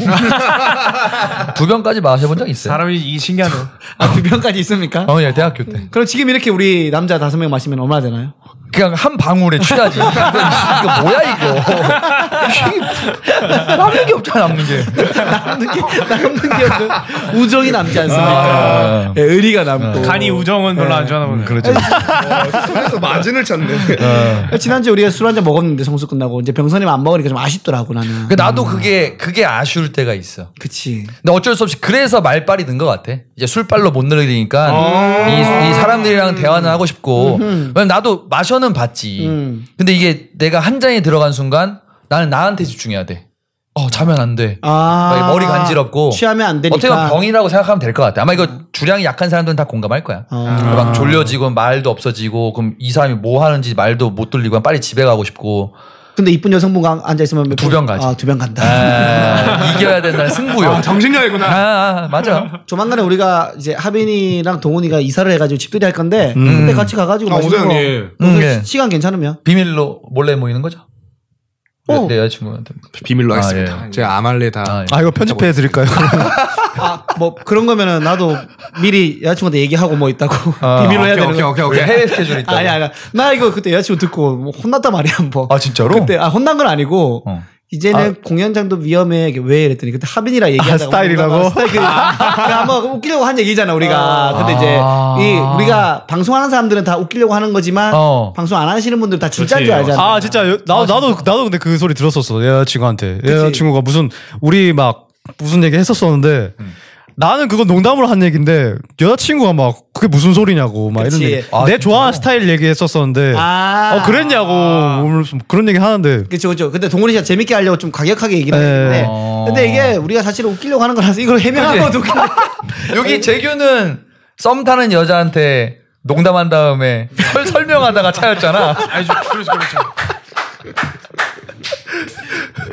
두 병까지 마셔본 적 있어요.
사람이 이 신기하네.
아, 두 병까지 있습니까?
어, 예, 대학교 때.
그럼 지금 이렇게 우리 남자 다섯 명 마시면 얼마나 되나요?
그냥 한 방울에 취하지. 이거 뭐야, 이거. 이게 남는 게 없잖아, 남는 게.
남는 게, 남는 게 없는 우정이 남지 않습니까?
아.
예, 의리가 남고.
간이 우정은 별로 안 좋아하나 보네.
그렇죠.
그래서 마진을 찾네.
예, 지난주에 우리가 술 한 잔 먹었는데 성수 끝나고 이제 병선이만 안 먹으니까 좀 아쉽더라고 나는.
그 나도 그게 그게 아쉬울 때가 있어.
그치.
근데 어쩔 수 없이 그래서 말빨이 는 것 같아. 이제 술빨로 못 늘리니까 이, 이 사람들이랑 대화는 하고 싶고. 왜냐면 나도 마셔는 봤지.
음.
근데 이게 내가 한 잔에 들어간 순간 나는 나한테 집중해야 돼. 어 자면 안 돼.
아.
막 머리 간지럽고.
취하면 안 되니까.
어떻게 보면 병이라고 생각하면 될 것 같아. 아마 이거 주량이 약한 사람들은 다 공감할 거야.
아.
막 졸려지고 말도 없어지고 그럼 이 사람이 뭐 하는지 말도 못 들리고 빨리 집에 가고 싶고
근데 이쁜 여성분과 앉아 있으면 몇
두
번-
병 가지.
아, 두 병 간다.
아, 이겨야 된다는 승부욕.
정신력이구나.
아, 아, 맞아.
조만간에 우리가 이제 하빈이랑 동훈이가 이사를 해가지고 집들이 할 건데 그때 같이 가가지고
아,
맛있는
오세요,
거
형님.
먹을
음, 예.
시간 괜찮으면
비밀로 몰래 모이는 거죠? 내-
어.
내 여자친구한테.
비밀로
아,
하겠습니다.
예.
제가 아말레 다.
아, 예.
아, 이거 편집해 드릴까요?
아 뭐 그런 거면은 나도 미리 여자친구한테 얘기하고 뭐 있다고
아.
비밀로 해야
아, 오케이,
되는
오케이,
거.
오케이,
우리
오케이.
해외 스케줄 있다.
아니 아니 나 이거 그때 여자친구 듣고 뭐 혼났단 말이야 한번
아, 진짜로?
그때 아 혼난 건 아니고
어.
이제는 공연장도 위험해 이게 왜 이랬더니 그때 하빈이랑 얘기하다가
스타일이라고?
뭔가 막 스타일 그냥 한번 웃기려고 한 얘기잖아 우리가 근데 이제 이 우리가 방송하는 사람들은 다 웃기려고 하는 거지만
어.
방송 안 하시는 분들은 다 진짜인 줄 알잖아
아 진짜 여- 나, 나도 나도 근데 그 소리 들었었어 여자친구한테 여자친구가 무슨 우리 막 무슨 얘기 했었었는데 나는 그건 농담으로 한 얘기인데 여자친구가 막 그게 무슨 소리냐고 막
그치.
이런 얘기
아,
내
진짜요?
좋아하는 스타일 얘기했었었는데
아.
어 그랬냐고 오늘 좀 그런 얘기 하는데
그렇죠, 그렇죠. 근데 동훈이 씨가 재밌게 하려고 좀 과격하게 얘기를
네.
했는데,
어.
근데 이게 우리가 사실 웃기려고 하는 거라서 이걸 해명한 것도 웃기네.
여기 재규는 썸 타는 여자한테 농담한 다음에 설, 설명하다가 차였잖아.
아니, 저- 그렇죠, 그렇죠.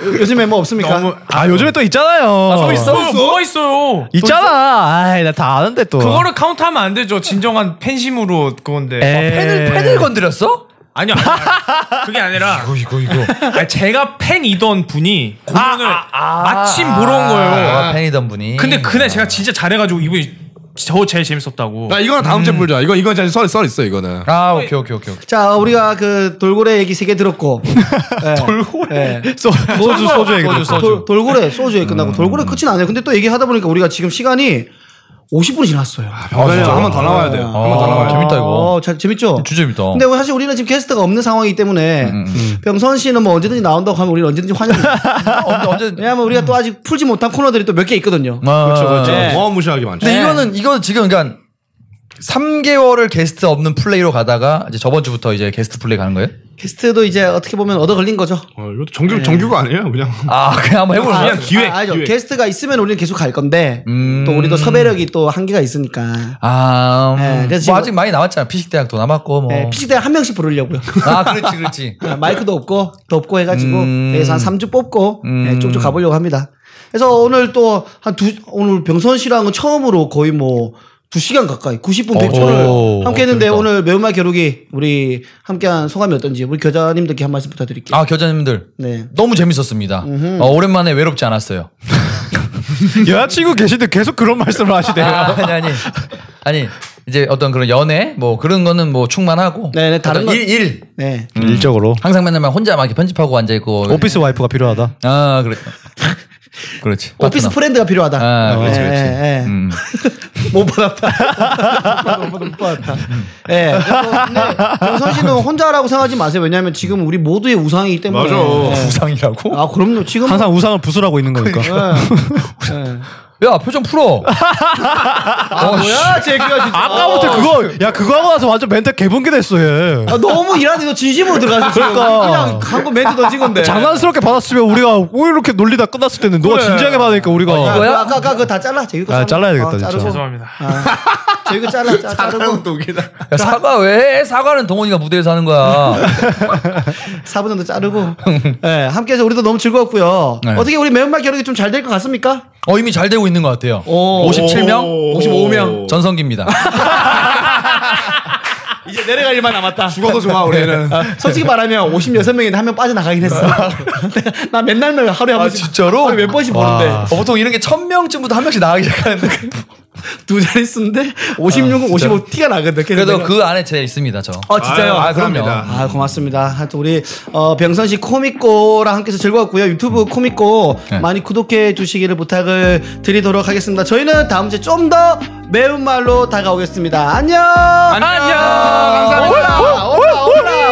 요즘에 뭐 없습니까?
너무
아 요즘에 또 있잖아요
뭐 있어요? 뭐가 있어요?
있잖아 아이 나 다 아는데 또
그거를 카운트하면 안 되죠. 진정한 팬심으로 그건데.
네.
에이.
팬을 팬을 건드렸어?
아니요. 아니요. 그게 아니라. 이거, 이거, 아, 이거. 제가 팬이던 분이 공연을 마침 보러 온 거예요.
아, 팬이던 분이.
근데 그날 제가 진짜 잘해가지고 이분이 저 제일 재밌었다고.
아,
나 이거는 다음 주에 불자. 이거 이거 진짜 썰, 썰 있어 이거는.
아 오케이 오케이 오케이. 오케이.
자, 우리가 그 돌고래 얘기 세 개 들었고. 예. 돌고래?
소, 소주 소주 얘기
소주, 소주.
돌, 고래 소주 얘기 끝나고. 돌고래 끝은 안 해요. 근데 또 얘기하다 보니까 우리가 지금 시간이 50분이 지났어요.
병선이 한번 더 아, 나와야 돼요.
아, 재밌다 이거.
어, 자, 재밌죠?
진짜 재밌다.
근데 뭐 사실 우리는 지금 게스트가 없는 상황이기 때문에 병선 씨는 뭐 언제든지 나온다고 하면 우리는 언제든지 환영합니다.
언제 언제?
왜냐하면 우리가 또 아직 풀지 못한 코너들이 또 몇 개 있거든요.
아,
그렇죠.
네.
예. 뭐 어마무시하게 많죠.
근데 이거는 이거 지금 그러니까 3개월을 게스트 없는 플레이로 가다가 이제 저번 주부터 이제 게스트 플레이 가는 거예요?
게스트도 이제 어떻게 보면 얻어 걸린 거죠.
어, 이것도 정규 정규가 아니에요, 그냥.
아 그냥 한번 해보는 거야.
그냥 기획.
아, 아니죠.
기획.
게스트가 있으면 우리는 계속 갈 건데
음.
또 우리도 섭외력이 또 한계가 있으니까.
아, 음.
네, 그래서
뭐
지금-
아직 많이 남았잖아. 피식대학도 남았고 뭐.
네, 피식대 한 명씩 부르려고요.
아 그렇지 그렇지.
아, 마이크도 없고 덥고 해가지고 네,
음.
그래서 한 3주 뽑고
음.
예, 쭉쭉 가보려고 합니다. 그래서 오늘 또 한 두 오늘 병선 씨랑은 처음으로 거의 뭐 두시간 가까이 90분 100초를
오.
함께 했는데
재밌다.
오늘 매운맛 겨루기 우리 함께한 소감이 어떤지 우리 교자님들께 한 말씀 부탁드릴게요.
아 교장님들
네.
너무 재밌었습니다. 어, 오랜만에 외롭지 않았어요.
여자친구 계신데 계속 그런 말씀을 하시대요.
아, 아니 아니 아니 이제 어떤 그런 연애 뭐 그런 거는 뭐 충만하고.
네, 네, 다른
어떤
건-
일 일.
네.
음.
음, 일적으로.
항상 맨날 막 혼자 막 이렇게 편집하고 앉아 있고.
오피스 와이프가 필요하다.
아 그래. 그렇지.
오피스
파트너.
프렌드가 필요하다.
아 그렇지
예,
그렇지.
예, 예.
음.
못 받았다. 못 받았다. 예. 병선 씨는 혼자라고 생각하지 마세요. 왜냐하면 지금 우리 모두의 우상이기 때문에.
맞아.
예.
부상이라고?
아 그럼요. 지금
음. 항상 우상을 부술하고 있는 거니까.
야 표정 풀어. 어,
아, 뭐야 제 귀가 진짜
아까부터 그거 야 그거 하고 나서 완전 멘탈 개붕괴 됐어 얘.
아, 너무 일하는데 너진심으로 들어가서 지금
그러니까.
그냥 한거 멘트 던진 건데
장난스럽게 받았으면 우리가 왜 이렇게 놀리다 끝났을 텐데 너가 진지하게 받으니까 우리가
아,
이거야?
아까 아까 그거 다 잘라 제이거
아, 잘라야 되겠다, 진짜.
죄송합니다.
제이거 잘라 자, 자르고
야, 사과 왜? 해? 사과는 동원이가 무대에서 하는 거야.
4분 정도 자르고 네, 함께해서 우리도 너무 즐거웠고요
네.
어떻게 우리 매운맛 겨루기 좀 잘 될 것 같습니까?
어 이미 잘 되고 있는 것 같아요.
오.
57명, 55명 전성기입니다.
이제 내려갈 일만 남았다
죽어도 좋아 우리는.
솔직히 말하면 56명인데 한 명 빠져나가긴 했어 나 맨날 맨날 하루에 한 번씩
진짜로?
하루에 몇 번씩
어,
보는데
보통 이런 게 1000명쯤부터 한 명씩 나가기 시작하는데
두 자릿수인데 56은 55 티가 나거든 아, 그래서
그래도
내가-
그 안에 제 있습니다 저.
어 진짜요?
아유,
그럼요.
감사합니다.
아 고맙습니다. 하여튼 우리 어, 병선 씨 코미꼬랑 함께해서 즐거웠고요. 유튜브 코미꼬
네.
많이 구독해 주시기를 부탁을 드리도록 하겠습니다. 저희는 다음 주에 좀 더 매운말로 다가오겠습니다. 안녕.
안녕. 감사합니다.
올라 올라 올라.